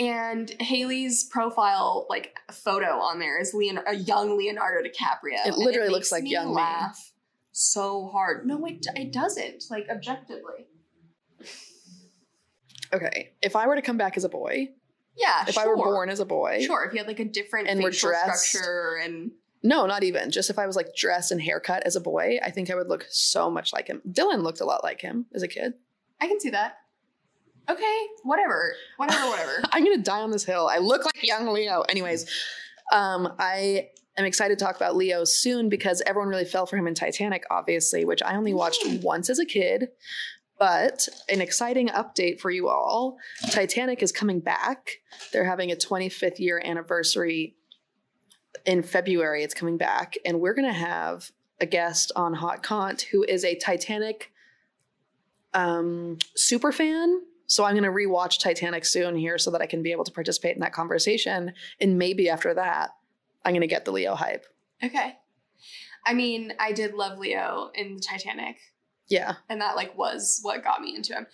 And Haley's profile, like photo on there, is Leon- a young Leonardo DiCaprio.
It
and
literally
makes
looks like
me
young me.
laugh so hard. No, it it doesn't. Like objectively,
Okay, if I were to come back as a boy,
yeah.
if I were
sure.
born as a boy,
sure. If you had like a different
And we're
facial
dressed.
structure and
No, not even. Just if I was like dressed and haircut as a boy, I think I would look so much like him. Dylan looked a lot like him as a kid.
I can see that. Okay, whatever, whatever, whatever.
I'm gonna die on this hill. I look like young Leo. Anyways, um, I am excited to talk about Leo soon because everyone really fell for him in Titanic, obviously, which I only watched once as a kid. But an exciting update for you all Titanic is coming back. They're having a 25th year anniversary in February. It's coming back. And we're going to have a guest on Hot Cont who is a Titanic um, super fan. So I'm going to rewatch Titanic soon here so that I can be able to participate in that conversation. And maybe after that, I'm going to get the Leo hype.
okay. I mean, I did love Leo in Titanic.
Yeah.
and that like was what got me into him.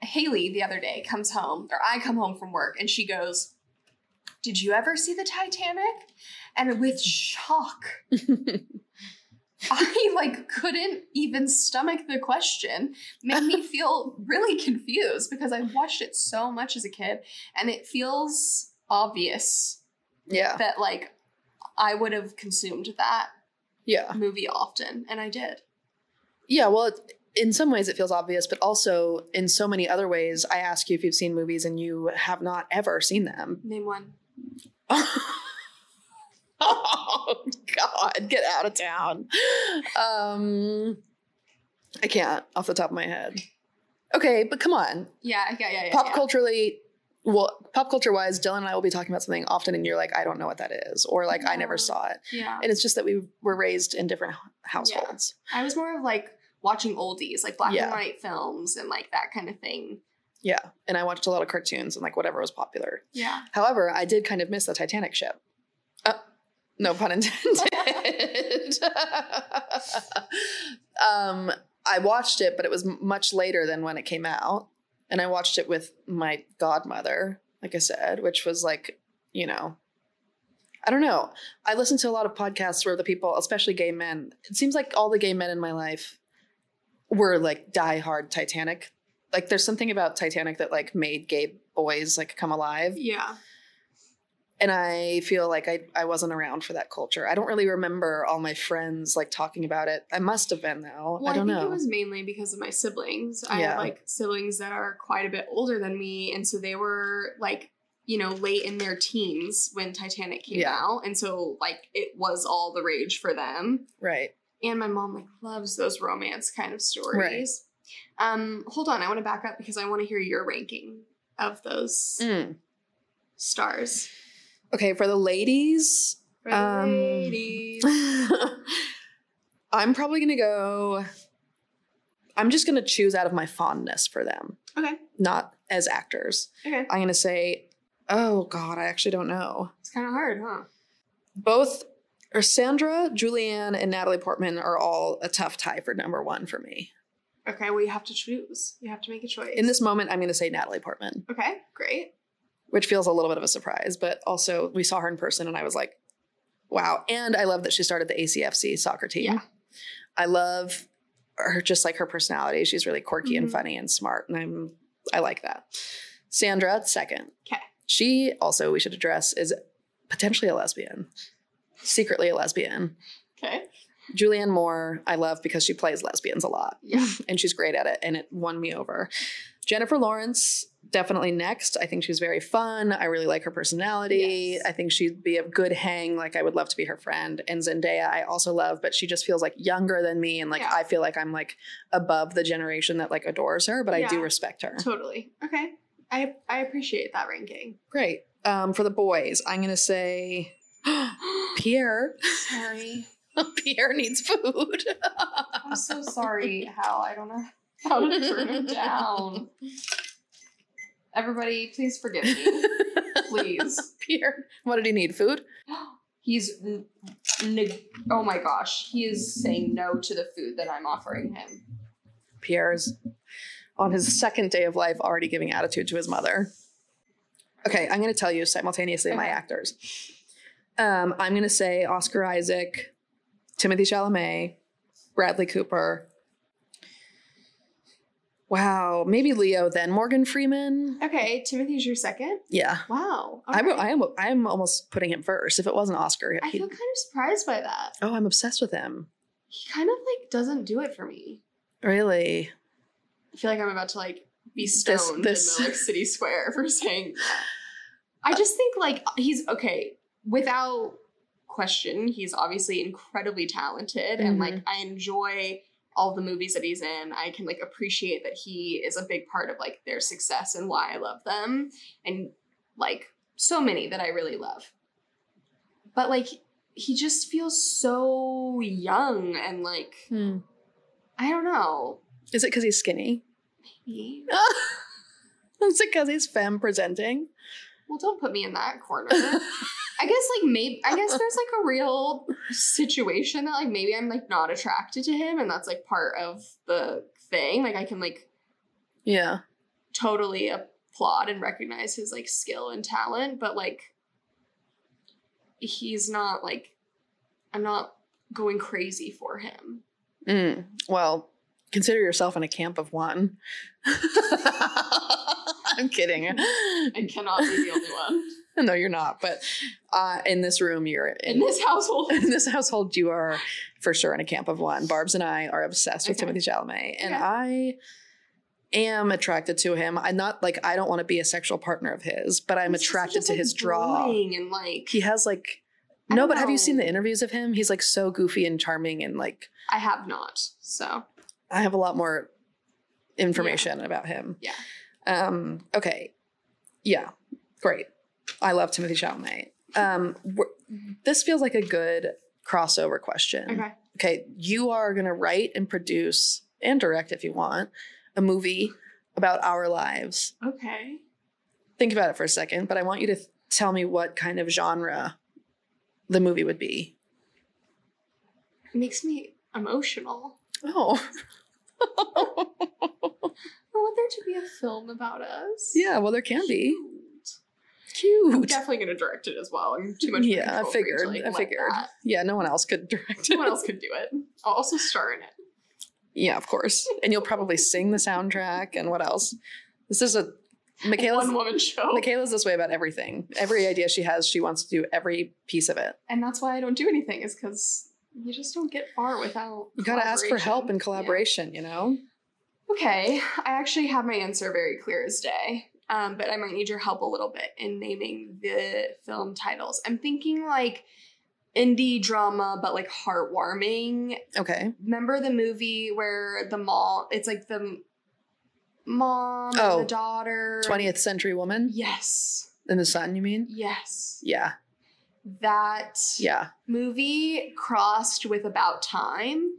Haley the other day comes home, or I come home from work, and she goes, "Did you ever see the Titanic?" And with shock, I like couldn't even stomach the question. Made me feel really confused because I watched it so much as a kid, and it feels obvious
Yeah.
that like I would have consumed that
Yeah.
movie often, and I did.
Yeah. Well, it, in some ways, it feels obvious, but also in so many other ways, I ask you if you've seen movies and you have not ever seen them.
Name one.
oh, God. Get out of town. Um, I can't off the top of my head. Okay. But come on.
Yeah, yeah, yeah, yeah.
pop
yeah.
culturally well pop culture wise dylan and i will be talking about something often and you're like i don't know what that is or like i never
Yeah.
saw it
Yeah.
and it's just that we were raised in different h- households
I was more of like watching oldies, like black
Yeah.
and white films and like that kind of thing.
yeah. and i watched a lot of cartoons and like whatever was popular
Yeah.
however i did kind of miss the titanic ship uh, no pun intended um i watched it but it was m- much later than when it came out and i watched it with my godmother like i said which was like you know I don't know. I listen to a lot of podcasts where the people, especially gay men, it seems like all the gay men in my life were like diehard Titanic. Like there's something about Titanic that like made gay boys like come alive.
Yeah.
And I feel like I, I wasn't around for that culture. I don't really remember all my friends like talking about it. I must have been though.
Well, I,
I don't
think
know.
it was mainly because of my siblings. I have
Yeah.
like siblings that are quite a bit older than me. And so they were like, you know, late in their teens when Titanic came
Yeah.
out. And so like it was all the rage for them.
right.
And my mom like loves those romance kind of stories. Um, hold on, I want to back up because I want to hear your ranking of those
Mm.
stars.
Okay, for the ladies,
For the
Um,
ladies.
I'm probably gonna go. I'm just gonna choose out of my fondness for them,
Okay.
not as actors.
Okay.
I'm gonna say, oh God, I actually don't know.
It's kind of hard, huh?
Both or Sandra, Julianne, and Natalie Portman are all a tough tie for number one for me.
Okay, well, you have to choose. You have to make a choice.
In this moment, I'm gonna say Natalie Portman,
okay, great.
which feels a little bit of a surprise, but also we saw her in person and I was like, wow. And I love that she started the ACFC soccer team.
Yeah.
I love her just like her personality. She's really quirky and
Mhm.
funny and smart, and I'm I like that. Sandra second.
'Kay.
She also we should address is potentially a lesbian, secretly a lesbian.
Okay.
Julianne Moore I love because she plays lesbians a lot,
Yeah.
and she's great at it, and it won me over. Jennifer Lawrence definitely next. I think she's very fun. I really like her personality.
Yes.
I think she'd be a good hang. Like I would love to be her friend. And Zendaya I also love, but she just feels like younger than me, and like
Yeah.
I feel like I'm like above the generation that like adores her, but I do
Yeah.
respect her.
totally. Okay. I I appreciate that ranking.
Great. Um, for the boys, I'm gonna say Pierre.
sorry.
Pierre needs food.
I'm so sorry, Hal. I don't know how to turn it down. Everybody, please forgive me. Please.
Pierre, what did he need? Food?
He's. N- neg- oh my gosh. He is saying no to the food that I'm offering him.
Pierre's on his second day of life already giving attitude to his mother. Okay, I'm going to tell you simultaneously my
Okay.
actors. Um, I'm going to say Oscar Isaac, Timothy Chalamet, Bradley Cooper. Wow, maybe Leo, then Morgan Freeman.
Okay, Timothy's your second.
Yeah.
Wow.
I,
alright.
I am I am almost putting him first. If it wasn't Oscar,
I
he'd-
feel kind of surprised by that.
oh, I'm obsessed with him.
He kind of like doesn't do it for me.
Really?
I feel like I'm about to like be
This-
stoned
this-
in the like city square for saying that. I just think like he's okay without question. He's obviously incredibly talented, and
Mm-hmm.
like I enjoy all the movies that he's in. I can like appreciate that he is a big part of like their success and why I love them, and like so many that I really love. But like he just feels so young and like I don't know.
Is it because he's skinny?
He
Is it because he's femme presenting?
Well, don't put me in that corner. I guess like maybe I guess there's like a real situation that like maybe I'm like not attracted to him and that's like part of the thing. Like I can like
yeah.
totally applaud and recognize his like skill and talent, but like he's not like I'm not going crazy for him.
Mm, well, consider yourself in a camp of one. I'm kidding.
I cannot be the only one
No, you're not. But uh, in this room, you're
in
in,
this household.
in this household. You are for sure in a camp of one. Barb's and I are obsessed with
Okay.
Timothy Chalamet, and
Okay.
I am attracted to him. I'm not like I don't want to be a sexual partner of his, but I'm
He's just
attracted
just,
to
like,
his draw.
boring And like
He has like.
I
No,
don't
but have you seen the
know.
interviews of him? He's like so goofy and charming, and like
I have not. So
I have a lot more information about him.
Yeah.
Um, okay. Yeah. Great. I love Timothy Chalamet. Um, we're- this feels like a good crossover question.
okay.
Okay. You are going to write and produce and direct, if you want, a movie about our lives.
Okay.
Think about it for a second, but I want you to th- tell me what kind of genre the movie would be.
It makes me emotional.
Oh.
I want there to be a film about us.
yeah. Well, there can be.
Shoot. I'm
Cute.
definitely gonna direct it as well. I'm too much. of a
Yeah, I
control freak to,
figured.
like,
I
let
figured.
that.
Yeah, no one else could direct it.
No one else could do it. I'll also star in it.
Yeah, of course. And you'll probably sing the soundtrack and what else? This is a
One
Michaela's
woman show.
Michaela's this way about everything. Every idea she has, she wants to do every piece of it.
and that's why I don't do anything is because you just don't get far without.
You gotta ask for help and collaboration, you know?
Yeah. Okay, I actually have my answer very clear as day. Um, but I might need your help a little bit in naming the film titles. I'm thinking like indie drama, but like heartwarming
Okay.
remember the movie where the mom it's like the m- mom
Oh,
and the daughter
20th century woman
yes
in the sun, you mean?
yes
Yeah.
that
Yeah.
movie crossed with about time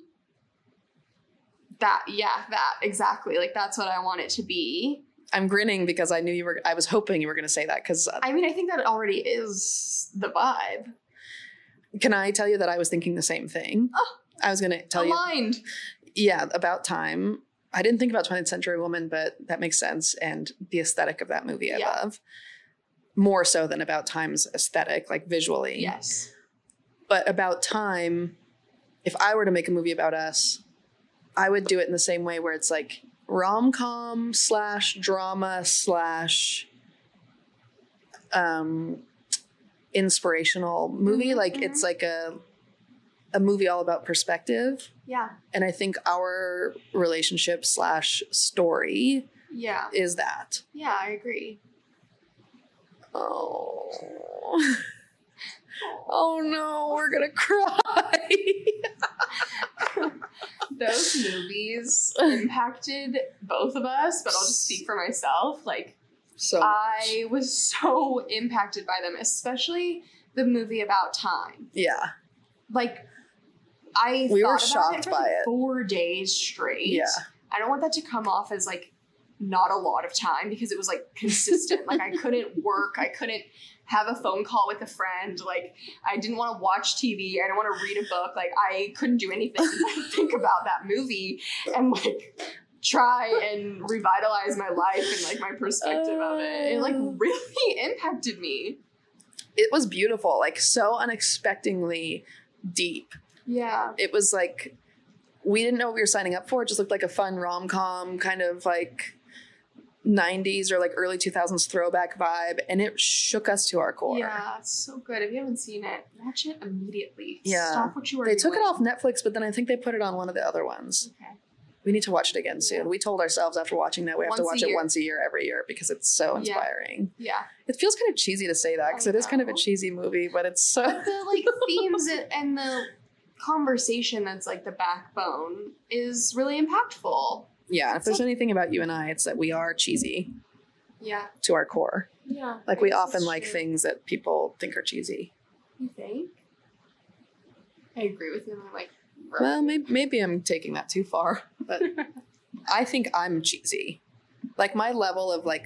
that yeah that exactly like that's what i want it to be
I'm grinning because I knew you were I was hoping you were going to say that uh, cuz
i mean i think that already is the vibe
can I tell you that I was thinking the same thing?
Oh,
I was going to tell you
aligned
yeah, about time. I didn't think about 20th Century Woman, but that makes sense. And the aesthetic of that movie I
Yeah.
love more so than about time's aesthetic, like visually.
yes
But about time, if I were to make a movie about us, I would do it in the same way where it's like rom com slash drama slash um, inspirational movie.
Mhm,
Like
mhm.
it's like a a movie all about perspective
yeah
and i think our relationship slash story
yeah
is that
yeah i agree
oh oh no we're gonna cry
those movies impacted both of us but i'll just speak for myself like
so
I was so impacted by them, especially the movie about time.
yeah
Like, I
We
thought
were
about
shocked
it for
by
like
it.
four days straight.
yeah
I don't want that to come off as like not a lot of time because it was like consistent. like I couldn't work. I couldn't have a phone call with a friend. Like I didn't want to watch TV. I didn't want to read a book. Like I couldn't do anything but think about that movie. And like try and revitalize my life and like my perspective of it. It like really impacted me.
It was beautiful, like so unexpectedly deep.
Yeah.
It was like we didn't know what we were signing up for. It just looked like a fun rom com kind of like 90s or like early 2000s throwback vibe, and it shook us to our core.
Yeah, it's so good. If you haven't seen it, watch it immediately.
Yeah.
Stop what you are
They took it
doing.
off Netflix, but then I think they put it on one of the other ones.
Okay.
We need to watch it again soon. We told ourselves after watching that we have to
Once a
watch it
year.
once a year every year because it's so
Yeah.
inspiring.
Yeah.
It feels kind of cheesy to say that because
I
it is kind of a
know.
cheesy movie, but it's so
But the like themes and- and the conversation that's like the backbone is really impactful.
yeah. If there's anything about you and I, it's that we are cheesy
Yeah.
to our core.
Yeah.
Like
I
we
guess that's
often like
true.
things that people think are cheesy.
You think? I agree with you. and I'm like,
Well, maybe, maybe I'm taking that too far, but I think I'm cheesy. Like my level of like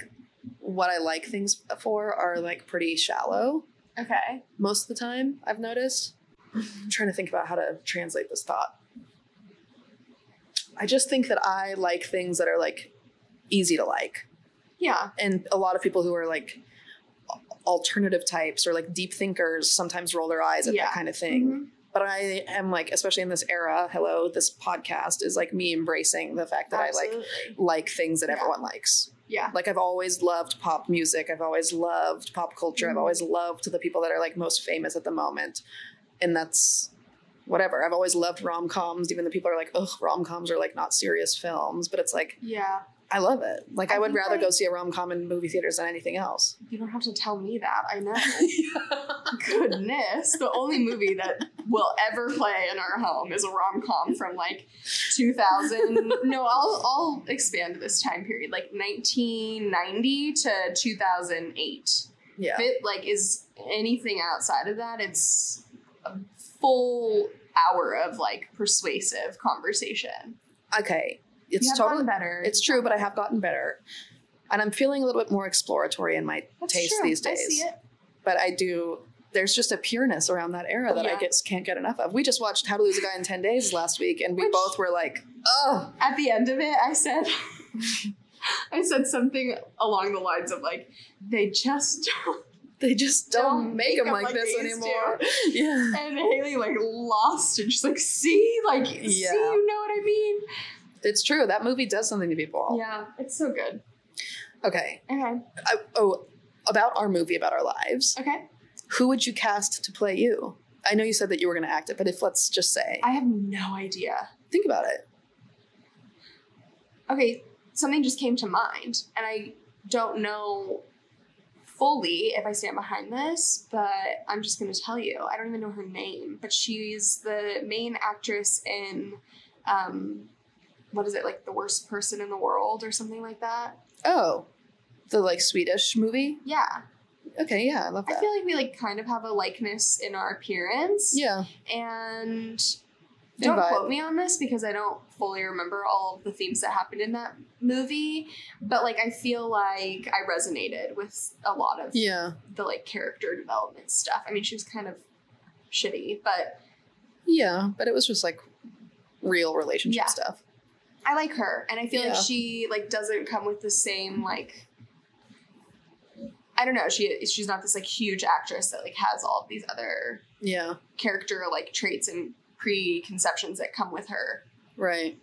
what I like things for are like pretty shallow
okay.
most of the time. I've noticed. I'm trying to think about how to translate this thought. I just think that I like things that are like easy to like.
Yeah.
and a lot of people who are like al- alternative types or like deep thinkers sometimes roll their eyes at
Yeah.
that kind of thing
Mhm.
but i am like especially in this era hello this podcast is like me embracing the fact that i like
Absolutely.
like things that
Yeah.
everyone likes
Yeah.
like i've always loved pop music i've always loved pop culture i've
Mhm.
always loved the people that are like most famous at the moment and that's whatever i've always loved rom-coms even the people are like ugh rom-coms are like not serious films but it's like
Yeah.
I love it. Like I,
I
would
think
rather
I-
go see a rom com in movie theaters than anything else.
You don't have to tell me that. I know. Goodness. The only movie that will ever play in our home is a rom com from like 2000. No, I'll, I'll expand this time period, like 1990 to 2008.
yeah.
If it like is anything outside of that, it's a full hour of like persuasive conversation.
Okay.
You
It's
have
totally
gotten better.
it's true, but I have gotten better. And I'm feeling a little bit more exploratory in my
That's
taste
true.
these
I
days.
see it.
But I do there's just a pureness around that era that I
Yeah.
just can't get enough of. We just watched How to Lose a Guy in 10 Days last week and we
Which-
both were like, "Oh,
at the end of it, I said, I said something along the lines of like, they just don't.
they just don't, make
'em
them like, this
they used to."
anymore." Yeah.
And Haley like lost and she's like, see, like, see,
Yeah.
you know what I mean?
It's true. That movie does something to people.
Yeah, it's so good.
Oh. Okay.
Okay,
I, oh, about our movie about our lives.
okay.
who would you cast to play you? I know you said that you were going to act it, but if let's just say,
I have no idea.
think about it.
Okay, something just came to mind, and I don't know fully if I stand behind this, but I'm just gonna tell you. I don't even know her name, but she's the main actress in um what is it, like the worst person in the world or something like that?
Oh, the like Swedish movie.
Yeah.
Okay, yeah, I love
I
that.
feel like we like kind of have a likeness in our appearance.
yeah,
And don't
vibe.
quote me on this because I don't fully remember all of the themes that happened in that movie, but like I feel like I resonated with a lot of
yeah,
the like character development stuff. I mean, she was kind of shitty, but
yeah. But it was just like real relationship
Yeah.
stuff.
I like her and I feel
Yeah.
like she like doesn't come with the same like I don't know, she she's not this like huge actress that like has all of these other
Yeah,
character like traits and preconceptions that come with her.
right.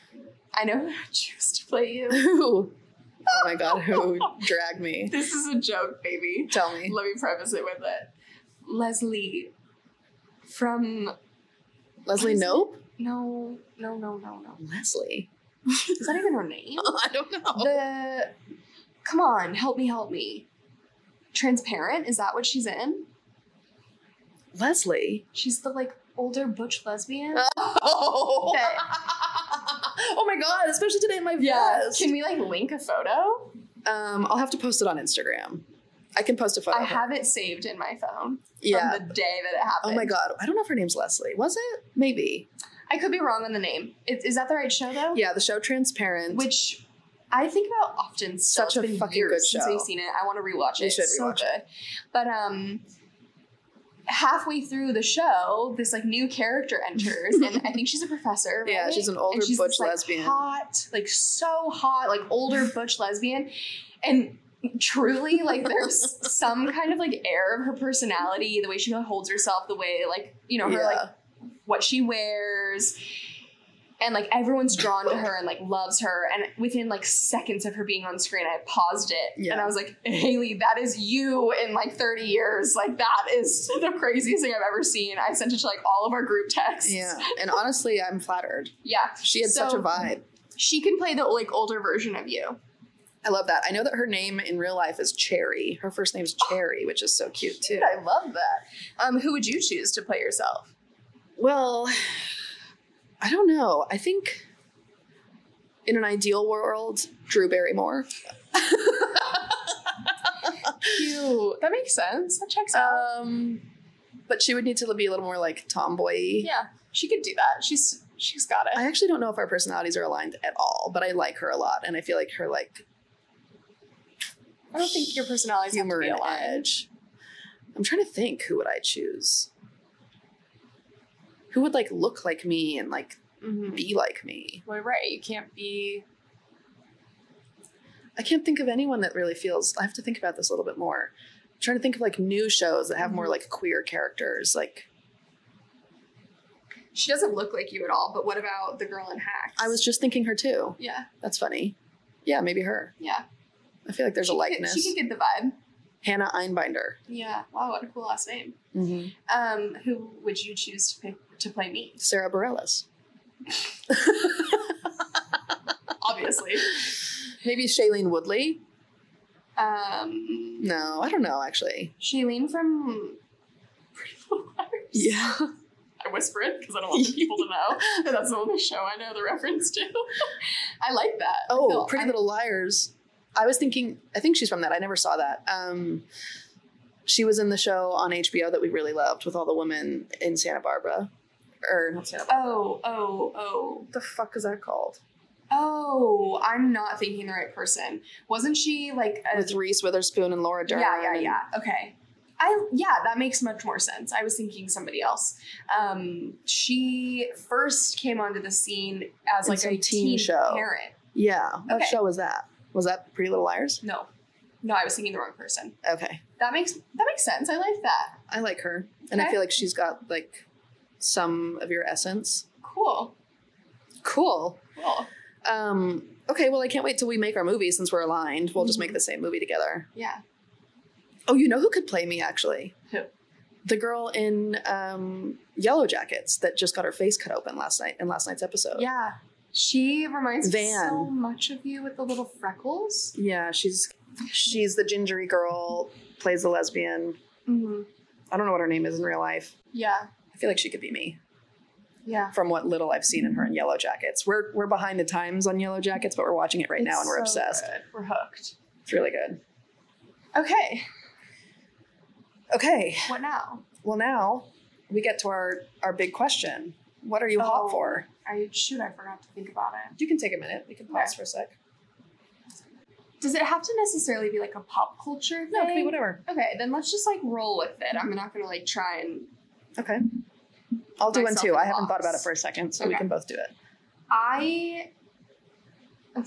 I know who I choose to play you.
Who? Oh my god, who drag me?
This is a joke, baby.
Tell me.
Let me preface it with it. Leslie from
Leslie Nope?
no no no no no.
Leslie.
Is that even her name?
I don't know.
The come on, help me, help me. Transparent is that what she's in?
Leslie.
She's the like older butch lesbian.
Oh.
Okay.
oh my god, especially today in my vest.
Can we like link a photo?
Um, I'll have to post it on Instagram. I can post a photo.
I
of her.
have it saved in my phone
Yeah.
from the day that it happened.
Oh my god. I don't know if her name's Leslie. Was it? Maybe.
I could be wrong on the name. Is, is that the right show though?
Yeah. The show Transparent.
Which I think about often. Still.
Such a
It's been
fucking
years
good
since
show.
I've seen it. I want to rewatch it.
You should
It's so
rewatch it.
good. But um, halfway through the show, this like new character enters, and I think she's a professor.
Yeah,
right?
she's an older
and she's
butch
this, like,
lesbian.
hot, like so hot, like older butch lesbian, and truly, like there's some kind of like air of her personality, the way she like, holds herself, the way like you know her like
yeah.
what she wears and like everyone's drawn to her and like loves her and within like seconds of her being on screen i paused it and
Yeah.
i was like haley that is you in like 30 years like that is the craziest thing i've ever seen i sent it to like all of our group texts
yeah. And honestly, I'm flattered.
yeah
She had such
So-
a vibe.
she can play the like older version of you
I love that. I know that her name in real life is Cherry. Her first name's Cherry, which is so cute too.
i love that um who would you choose to play yourself
Well, I don't know. I think in an ideal world, Drew Barrymore.
you that makes sense that checks out
Um, but she would need to be a little more like tomboy.
yeah she could do that she's she's got it
I actually don't know if our personalities are aligned at all, but I like her a lot, and I feel like her like
i don't think your personality's
humor
humor
and
aligned.
edge. I'm trying to think who would I choose. Who would like look like me and like
Mhm.
be like me?
Well, right. You can't be.
I can't think of anyone that really feels. I have to think about this a little bit more. I'm trying to think of like new shows that have
Mm-hmm.
more like queer characters. Like
She doesn't look like you at all. But what about the girl in Hacks?
I was just thinking her too.
Yeah,
That's funny. Yeah, maybe her.
yeah.
I feel like there's a likeness.
She could get the vibe.
Hannah Einbinder.
Yeah. Wow. What a cool last name. Um, who would you choose to pick to play me?
Sarah Bareilles.
Obviously.
Maybe Shailene Woodley.
um,
No, I don't know actually.
Shailene from. Pretty Little Liars.
Yeah.
I whisper it because I don't want the people to know that that's the only show I know the reference to. I like that. I
Oh,
feel-
Pretty
I-
Little Liars. I was thinking, I think she's from that. I never saw that. Um, she was in the show on HBO that we really loved with all the women in Santa Barbara. Or not Santa Barbara.
Oh, oh, oh.
What the fuck is that called?
Oh, I'm not thinking the right person. Wasn't she like a
With Reese Witherspoon and Laura Dern.
Yeah, yeah,
and-
yeah. Okay. I yeah, that makes much more sense. I was thinking somebody else. Um, she first came onto the scene as
In
like a
some
teen,
teen show.
parent.
Yeah. What
Okay.
show was that? Was that Pretty Little Liars?
No, no, I was thinking the wrong person.
Okay.
That makes that makes sense. I like that.
I like her. And I
Okay.
feel like she's got like some of your essence.
Cool,
Cool.
cool.
Um, okay, well, I can't wait till we make our movie since we're aligned. We'll just make the same movie together.
Yeah.
Oh, you know who could play me actually?
Who?
The girl in um, Yellow Jackets that just got her face cut open last night in last night's episode.
Yeah, she reminds me so
Van.
much of you with the little freckles.
Yeah, she's she's the gingery girl, plays the lesbian.
Mm-hmm.
I don't know what her name is in real life.
Yeah,
I feel like she could be me
yeah.
from what little I've seen in her in Yellow Jackets. We're we're behind the times on Yellow Jackets, but we're watching it right now and
It's
we're
so
obsessed.
good. We're hooked.
It's really good.
Okay,
Okay,
what now?
well now we get to our our big question. What are you hot
Oh.
for?
I shoot, I forgot to think about it.
You can take a minute. We can pause
Okay.
for a sec.
Does it have to necessarily be like a pop culture thing?
No, it can be whatever.
Okay, then let's just like roll with it. I'm not gonna like try and.
Okay. I'll do one
Myself
too.
in
I
a
haven't thought about it
box.
for a second, so we
Okay.
can both do it.
I.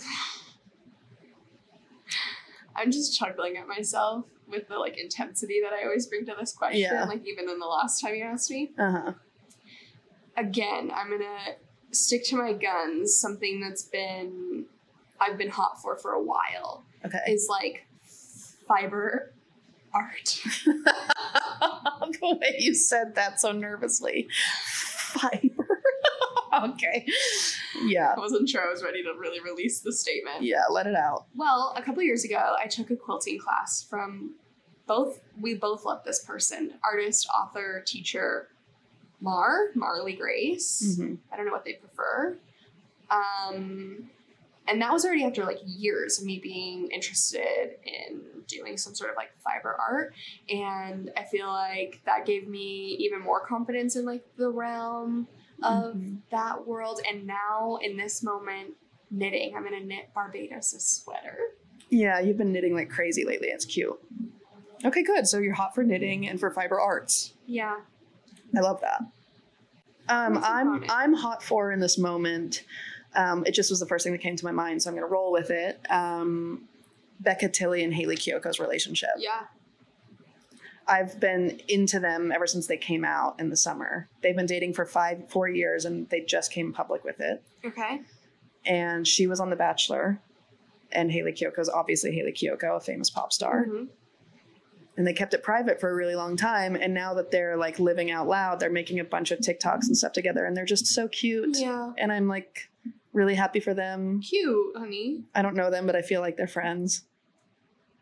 I'm just chuckling at myself with the like intensity that I always bring to this question.
Yeah.
Like even in the last time you asked me.
Uh huh.
Again, I'm gonna stick to my guns. Something that's been I've been hot for for a while.
Okay.
is like fiber art.
the way you said that so nervously. Fiber. okay. Yeah.
I wasn't sure I was ready to really release the statement.
Yeah. Let it out.
Well, a couple years ago, I took a quilting class from both, we both love this person artist, author, teacher, Mar, Marley Grace.
Mm-hmm.
I don't know what they prefer. Um, and that was already after like years of me being interested in doing some sort of like fiber art. And I feel like that gave me even more confidence in like the realm of
Mhm.
that world. And now in this moment, knitting, I'm gonna knit Barbados a sweater.
Yeah. You've been knitting like crazy lately. It's cute. Okay, good. So you're hot for knitting and for fiber arts.
Yeah.
I love that. Um,
That's
I'm
iconic.
I'm hot for in this moment. Um, it just was the first thing that came to my mind, so I'm going to roll with it. Um, Becca Tilly and Haley Kyoko's relationship.
Yeah.
I've been into them ever since they came out in the summer. They've been dating for five, four years, and they just came public with it.
Okay.
And she was on The Bachelor, and Haley Kyoko's obviously Haley Kyoko, a famous pop star.
Mhm.
and they kept it private for a really long time and now that they're like living out loud they're making a bunch of tiktoks and stuff together and they're just so cute
Yeah.
and i'm like really happy for them
Cute, honey.
i don't know them but i feel like they're friends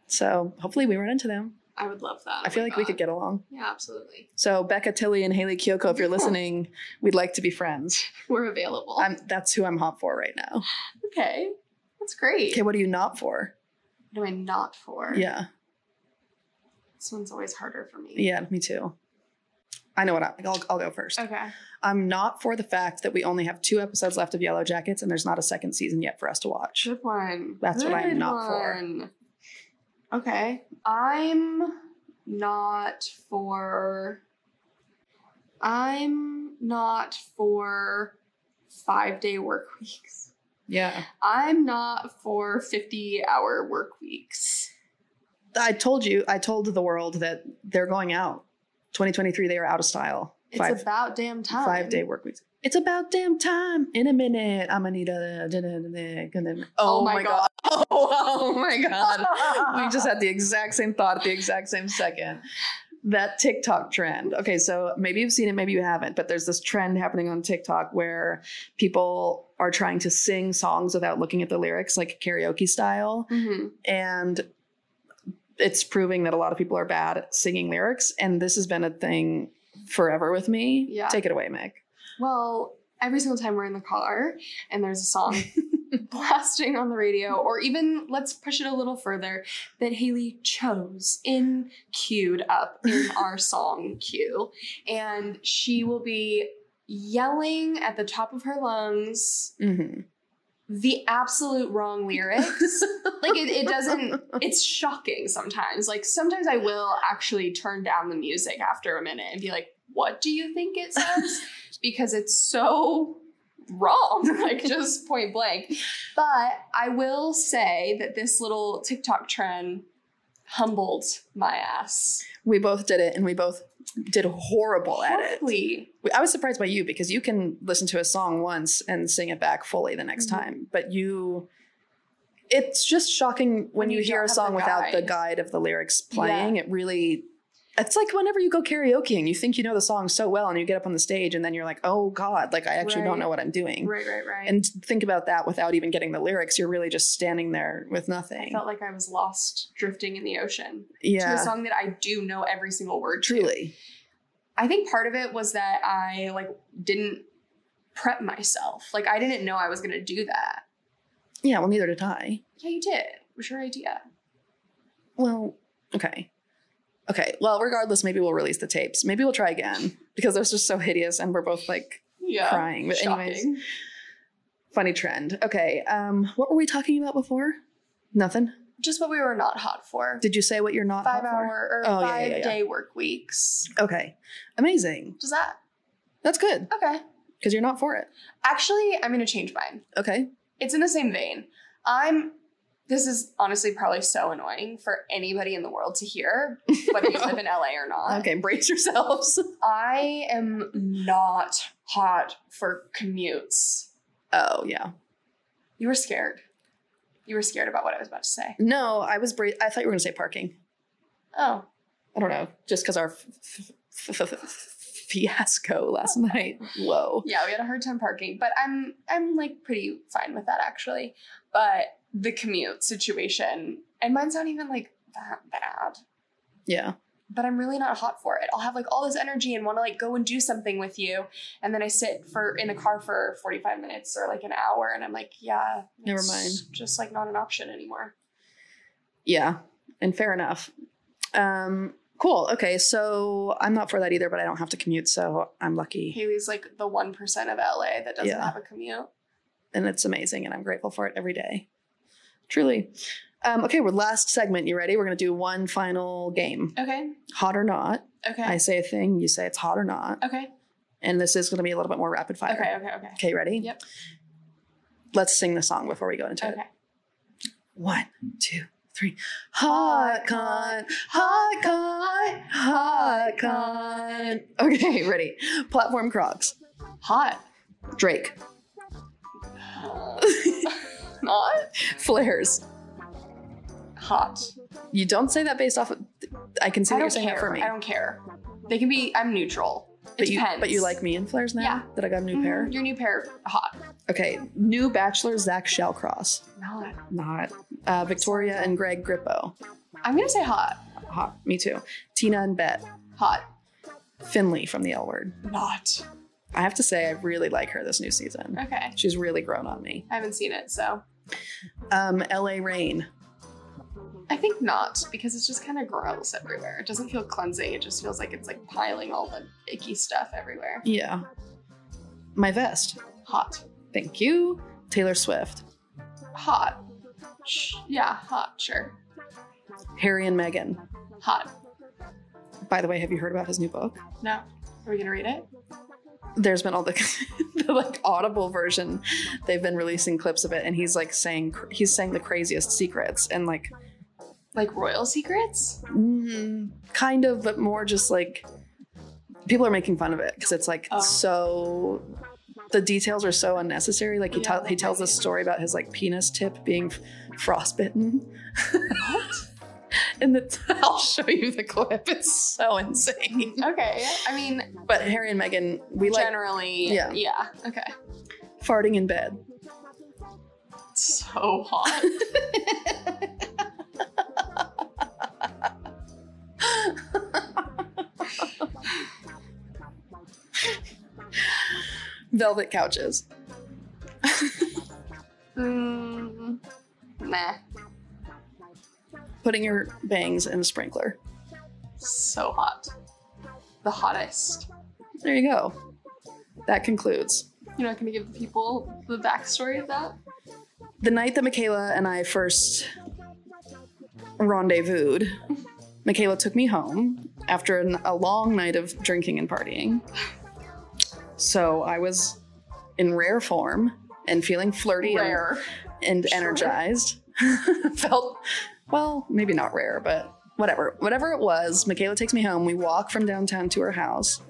so hopefully we run into them
I would love that.
i
Oh
feel
my
like we could
God.
get along
Yeah, absolutely.
so becca tilly and haley kyoko if you're listening we'd like to be friends
We're available.
I'm, that's who i'm hot for right now
okay. That's great.
okay what are you not for
What am I not for?
yeah
This one's always harder for me.
yeah me too i know what I, I'll, I'll go first
Okay.
I'm not for the fact that we only have two episodes left of Yellow Jackets and there's not a second season yet for us to watch.
Good one.
That's what I'm not for.
for. Okay. I'm not for. I'm not for five day work weeks.
Yeah.
I'm not for 50 hour work weeks.
I told you, I told the world that they're going out. 2023, they are out of style.
It's
Five,
about damn time.
five day work weeks. It's about damn time. In a minute, I'm gonna need a. Oh,
Oh my
my god. Oh, oh my god. we just had the exact same thought at the exact same second. That TikTok trend. Okay, so maybe you've seen it, maybe you haven't, but there's this trend happening on TikTok where people are trying to sing songs without looking at the lyrics, like karaoke style.
Mhm.
And it's proving that a lot of people are bad at singing lyrics. And this has been a thing forever with me.
Yeah.
Take it away, Meg.
Well, every single time we're in the car and there's a song blasting on the radio, or even let's push it a little further, that Haley chose in queued up in our song queue. And she will be yelling at the top of her lungs
Mm-hmm.
the absolute wrong lyrics. like it, it doesn't it's shocking sometimes. Like sometimes I will actually turn down the music after a minute and be like, what do you think it says? because it's so wrong, like just point blank. But I will say that this little TikTok trend humbled my ass.
We both did it and we both did horrible at it.
Horribly.
I was surprised by you because you can listen to a song once and sing it back fully the next
Mhm.
time, but you it's just shocking when,
When
you,
you
hear
don't
a
have the
song without the
guide.
guide of the lyrics playing. It really it's like whenever you go karaokeing, you think you know the song so well and you get up on the stage and then you're like, "Oh god, like I actually don't
Right.
know what I'm doing."
Right, right, right.
And think about that without even getting the lyrics, you're really just standing there with nothing.
I felt like I was lost drifting in the ocean to a
yeah.
song that I do know every single word to.
Truly.
I think part of it was that I like didn't prep myself. Like I didn't know I was gonna do that.
Yeah, well neither did I.
Yeah, you did. It was your idea.
Well, okay. Okay. Well, regardless, maybe we'll release the tapes. Maybe we'll try again because those are so hideous and we're both like
Yeah.
crying. But anyways,
Shocking.
funny trend. Okay. Um, what were we talking about before? Nothing.
Just what we were not hot for.
Did you say what you're not
five
hot for?
hour or
Oh, yeah,
five
yeah, yeah.
day work weeks.
Okay. Amazing.
Does that?
That's good
Okay.
because you're not for it.
Actually, I'm gonna change mine.
Okay.
It's in the same vein. I'm this is honestly probably so annoying for anybody in the world to hear, whether you live in LA or not.
Okay. Brace yourselves.
I am not hot for commutes.
Oh yeah.
You were scared. You were scared about what I was about to say.
No, I was. Bra- I thought you were gonna say parking.
Oh,
I don't know. Just because our f- f- f- f- f- fiasco last night. Whoa.
yeah, we had a hard time parking, but I'm I'm like pretty fine with that actually. But the commute situation, and mine's not even like that bad.
Yeah.
But I'm really not hot for it. I'll have like all this energy and want to like go and do something with you, and then I sit for in the car for 45 minutes or like an hour, and I'm like, yeah,
Never
it's
mind.
just like not an option anymore.
Yeah, and fair enough. Um, cool. Okay, so I'm not for that either, but I don't have to commute, so I'm lucky,
Haley's like the one percent of LA that doesn't
Yeah.
have a commute.
and it's amazing, and I'm grateful for it every day. Truly. Um, okay, we're last segment. You ready? We're gonna do one final game.
Okay.
Hot or not?
Okay.
I say a thing, you say it's hot or not,
okay.
and this is gonna be a little bit more rapid fire.
Okay. Okay. Okay.
Okay, ready?
Yep.
Let's sing the song before we go into it.
Okay.
One, two, three. Hot con, hot con, hot con. Okay, ready. Platform Crocs.
Hot.
Drake.
Not
Flares.
hot.
You don't say that based off of. I can see
I
what you're
don't
saying
care.
for me.
I don't care. They can be. I'm neutral. It
but you,
depends.
but you like me in flares now
Yeah.
that I got a new
Mhm.
pair.
Your new pair, hot.
Okay, new bachelor Zach Shellcross,
Not.
not uh, Victoria and Greg Grippo.
I'm gonna say hot.
Hot, me too. Tina and Bet,
Hot.
Finley from the L Word.
Not.
I have to say, I really like her this new season.
Okay.
She's really grown on me.
I haven't seen it, so
Um, L.A. Rain,
I think not because it's just kind of gross everywhere. It doesn't feel cleansing. It just feels like it's like piling all the icky stuff everywhere.
yeah. My vest,
Hot.
thank you. Taylor Swift,
Hot. Sh- yeah. Hot. Sure.
Harry and Meghan.
Hot.
By the way, have you heard about his new book?
No. Are we gonna read it?
there's been all the, the like audible version they've been releasing clips of it and he's like saying cr- he's saying the craziest secrets and like
Like royal secrets?
mm, kind of but more just like people are making fun of it because it's like
Oh.
so the details are so unnecessary like he,
Yeah,
tell he tells this story about his like penis tip being f- frostbitten and the i'll show you the clip it's so insane
Okay. I mean,
but harry and megan we like
generally.
yeah.
Yeah. Okay.
farting in bed
So hot.
velvet couches
mm, nah.
putting your bangs in a sprinkler.
So hot. The hottest.
There you go. That concludes.
You're not gonna give the people the backstory of that?
The night that Michaela and I first rendezvoused, Michaela took me home after an, a long night of drinking and partying. So I was in rare form and feeling flirty and-
Rare.
and
Sure.
energized. Felt, well, maybe not rare, but whatever. Whatever it was, Michaela takes me home. We walk from downtown to her house,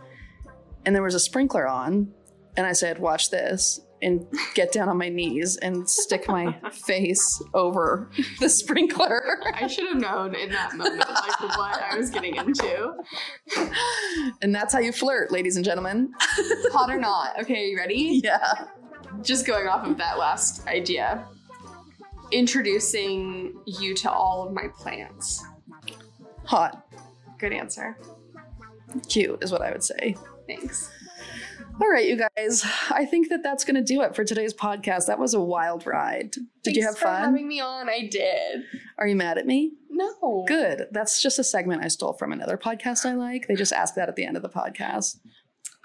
and there was a sprinkler on. And I said, Watch this, and get down on my knees and stick my face over the sprinkler.
I should have known in that moment like what I was getting into.
and that's how you flirt, ladies and gentlemen.
Hot or not. Okay, you ready?
Yeah.
Just going off of that last idea. Introducing you to all of my plants.
Hot,
Good answer.
cute is what I would say.
Thanks.
All right, you guys. I think that that's going to do it for today's podcast. That was a wild ride. Did you
Thanks
have
for
fun?
having me on. I did.
Are you mad at me?
No.
Good. That's just a segment I stole from another podcast I like. They just ask that at the end of the podcast.
No,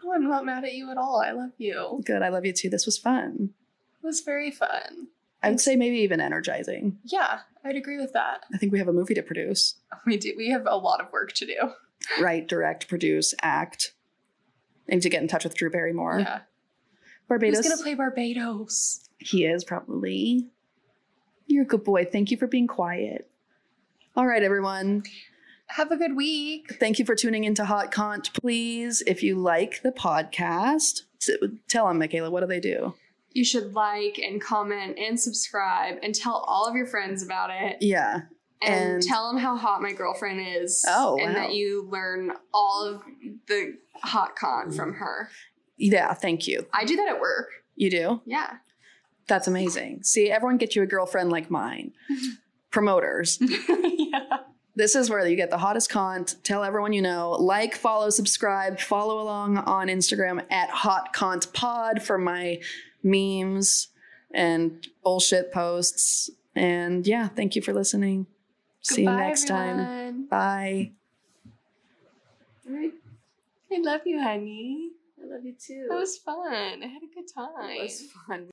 Oh, I'm not mad at you at all. I love you.
Good. I love you too. This was fun.
It was very fun.
I would say maybe even energizing.
Yeah, I'd agree with that.
I think we have a movie to produce.
We do. We have a lot of work to do.
Write, direct, produce, act. I need to get in touch with Drew Barrymore.
yeah.
Barbados.
Who's gonna play Barbados?
He is probably. You're a good boy. Thank you for being quiet. All right, everyone.
Have a good week.
Thank you for tuning into Hot Cont. Please, if you like the podcast, s- tell them, Michaela, what do they do?
You should like and comment and subscribe and tell all of your friends about it
Yeah.
and,
and-
tell them how hot my girlfriend is.
Oh,
and
wow.
that you learn all of the hot con from her.
Yeah, thank you.
I do that at work.
You do?
Yeah.
That's amazing. See, everyone get you a girlfriend like mine. Promoters.
yeah.
This is where you get the hottest cont. Tell everyone you know. Like, follow, subscribe, follow along on Instagram at Hot Cont Pod for my memes and bullshit posts. And yeah, thank you for listening. See you
Goodbye,
next time.
everyone.
Bye.
I love you, honey.
I love you too.
That was fun. I had a good time.
That was fun.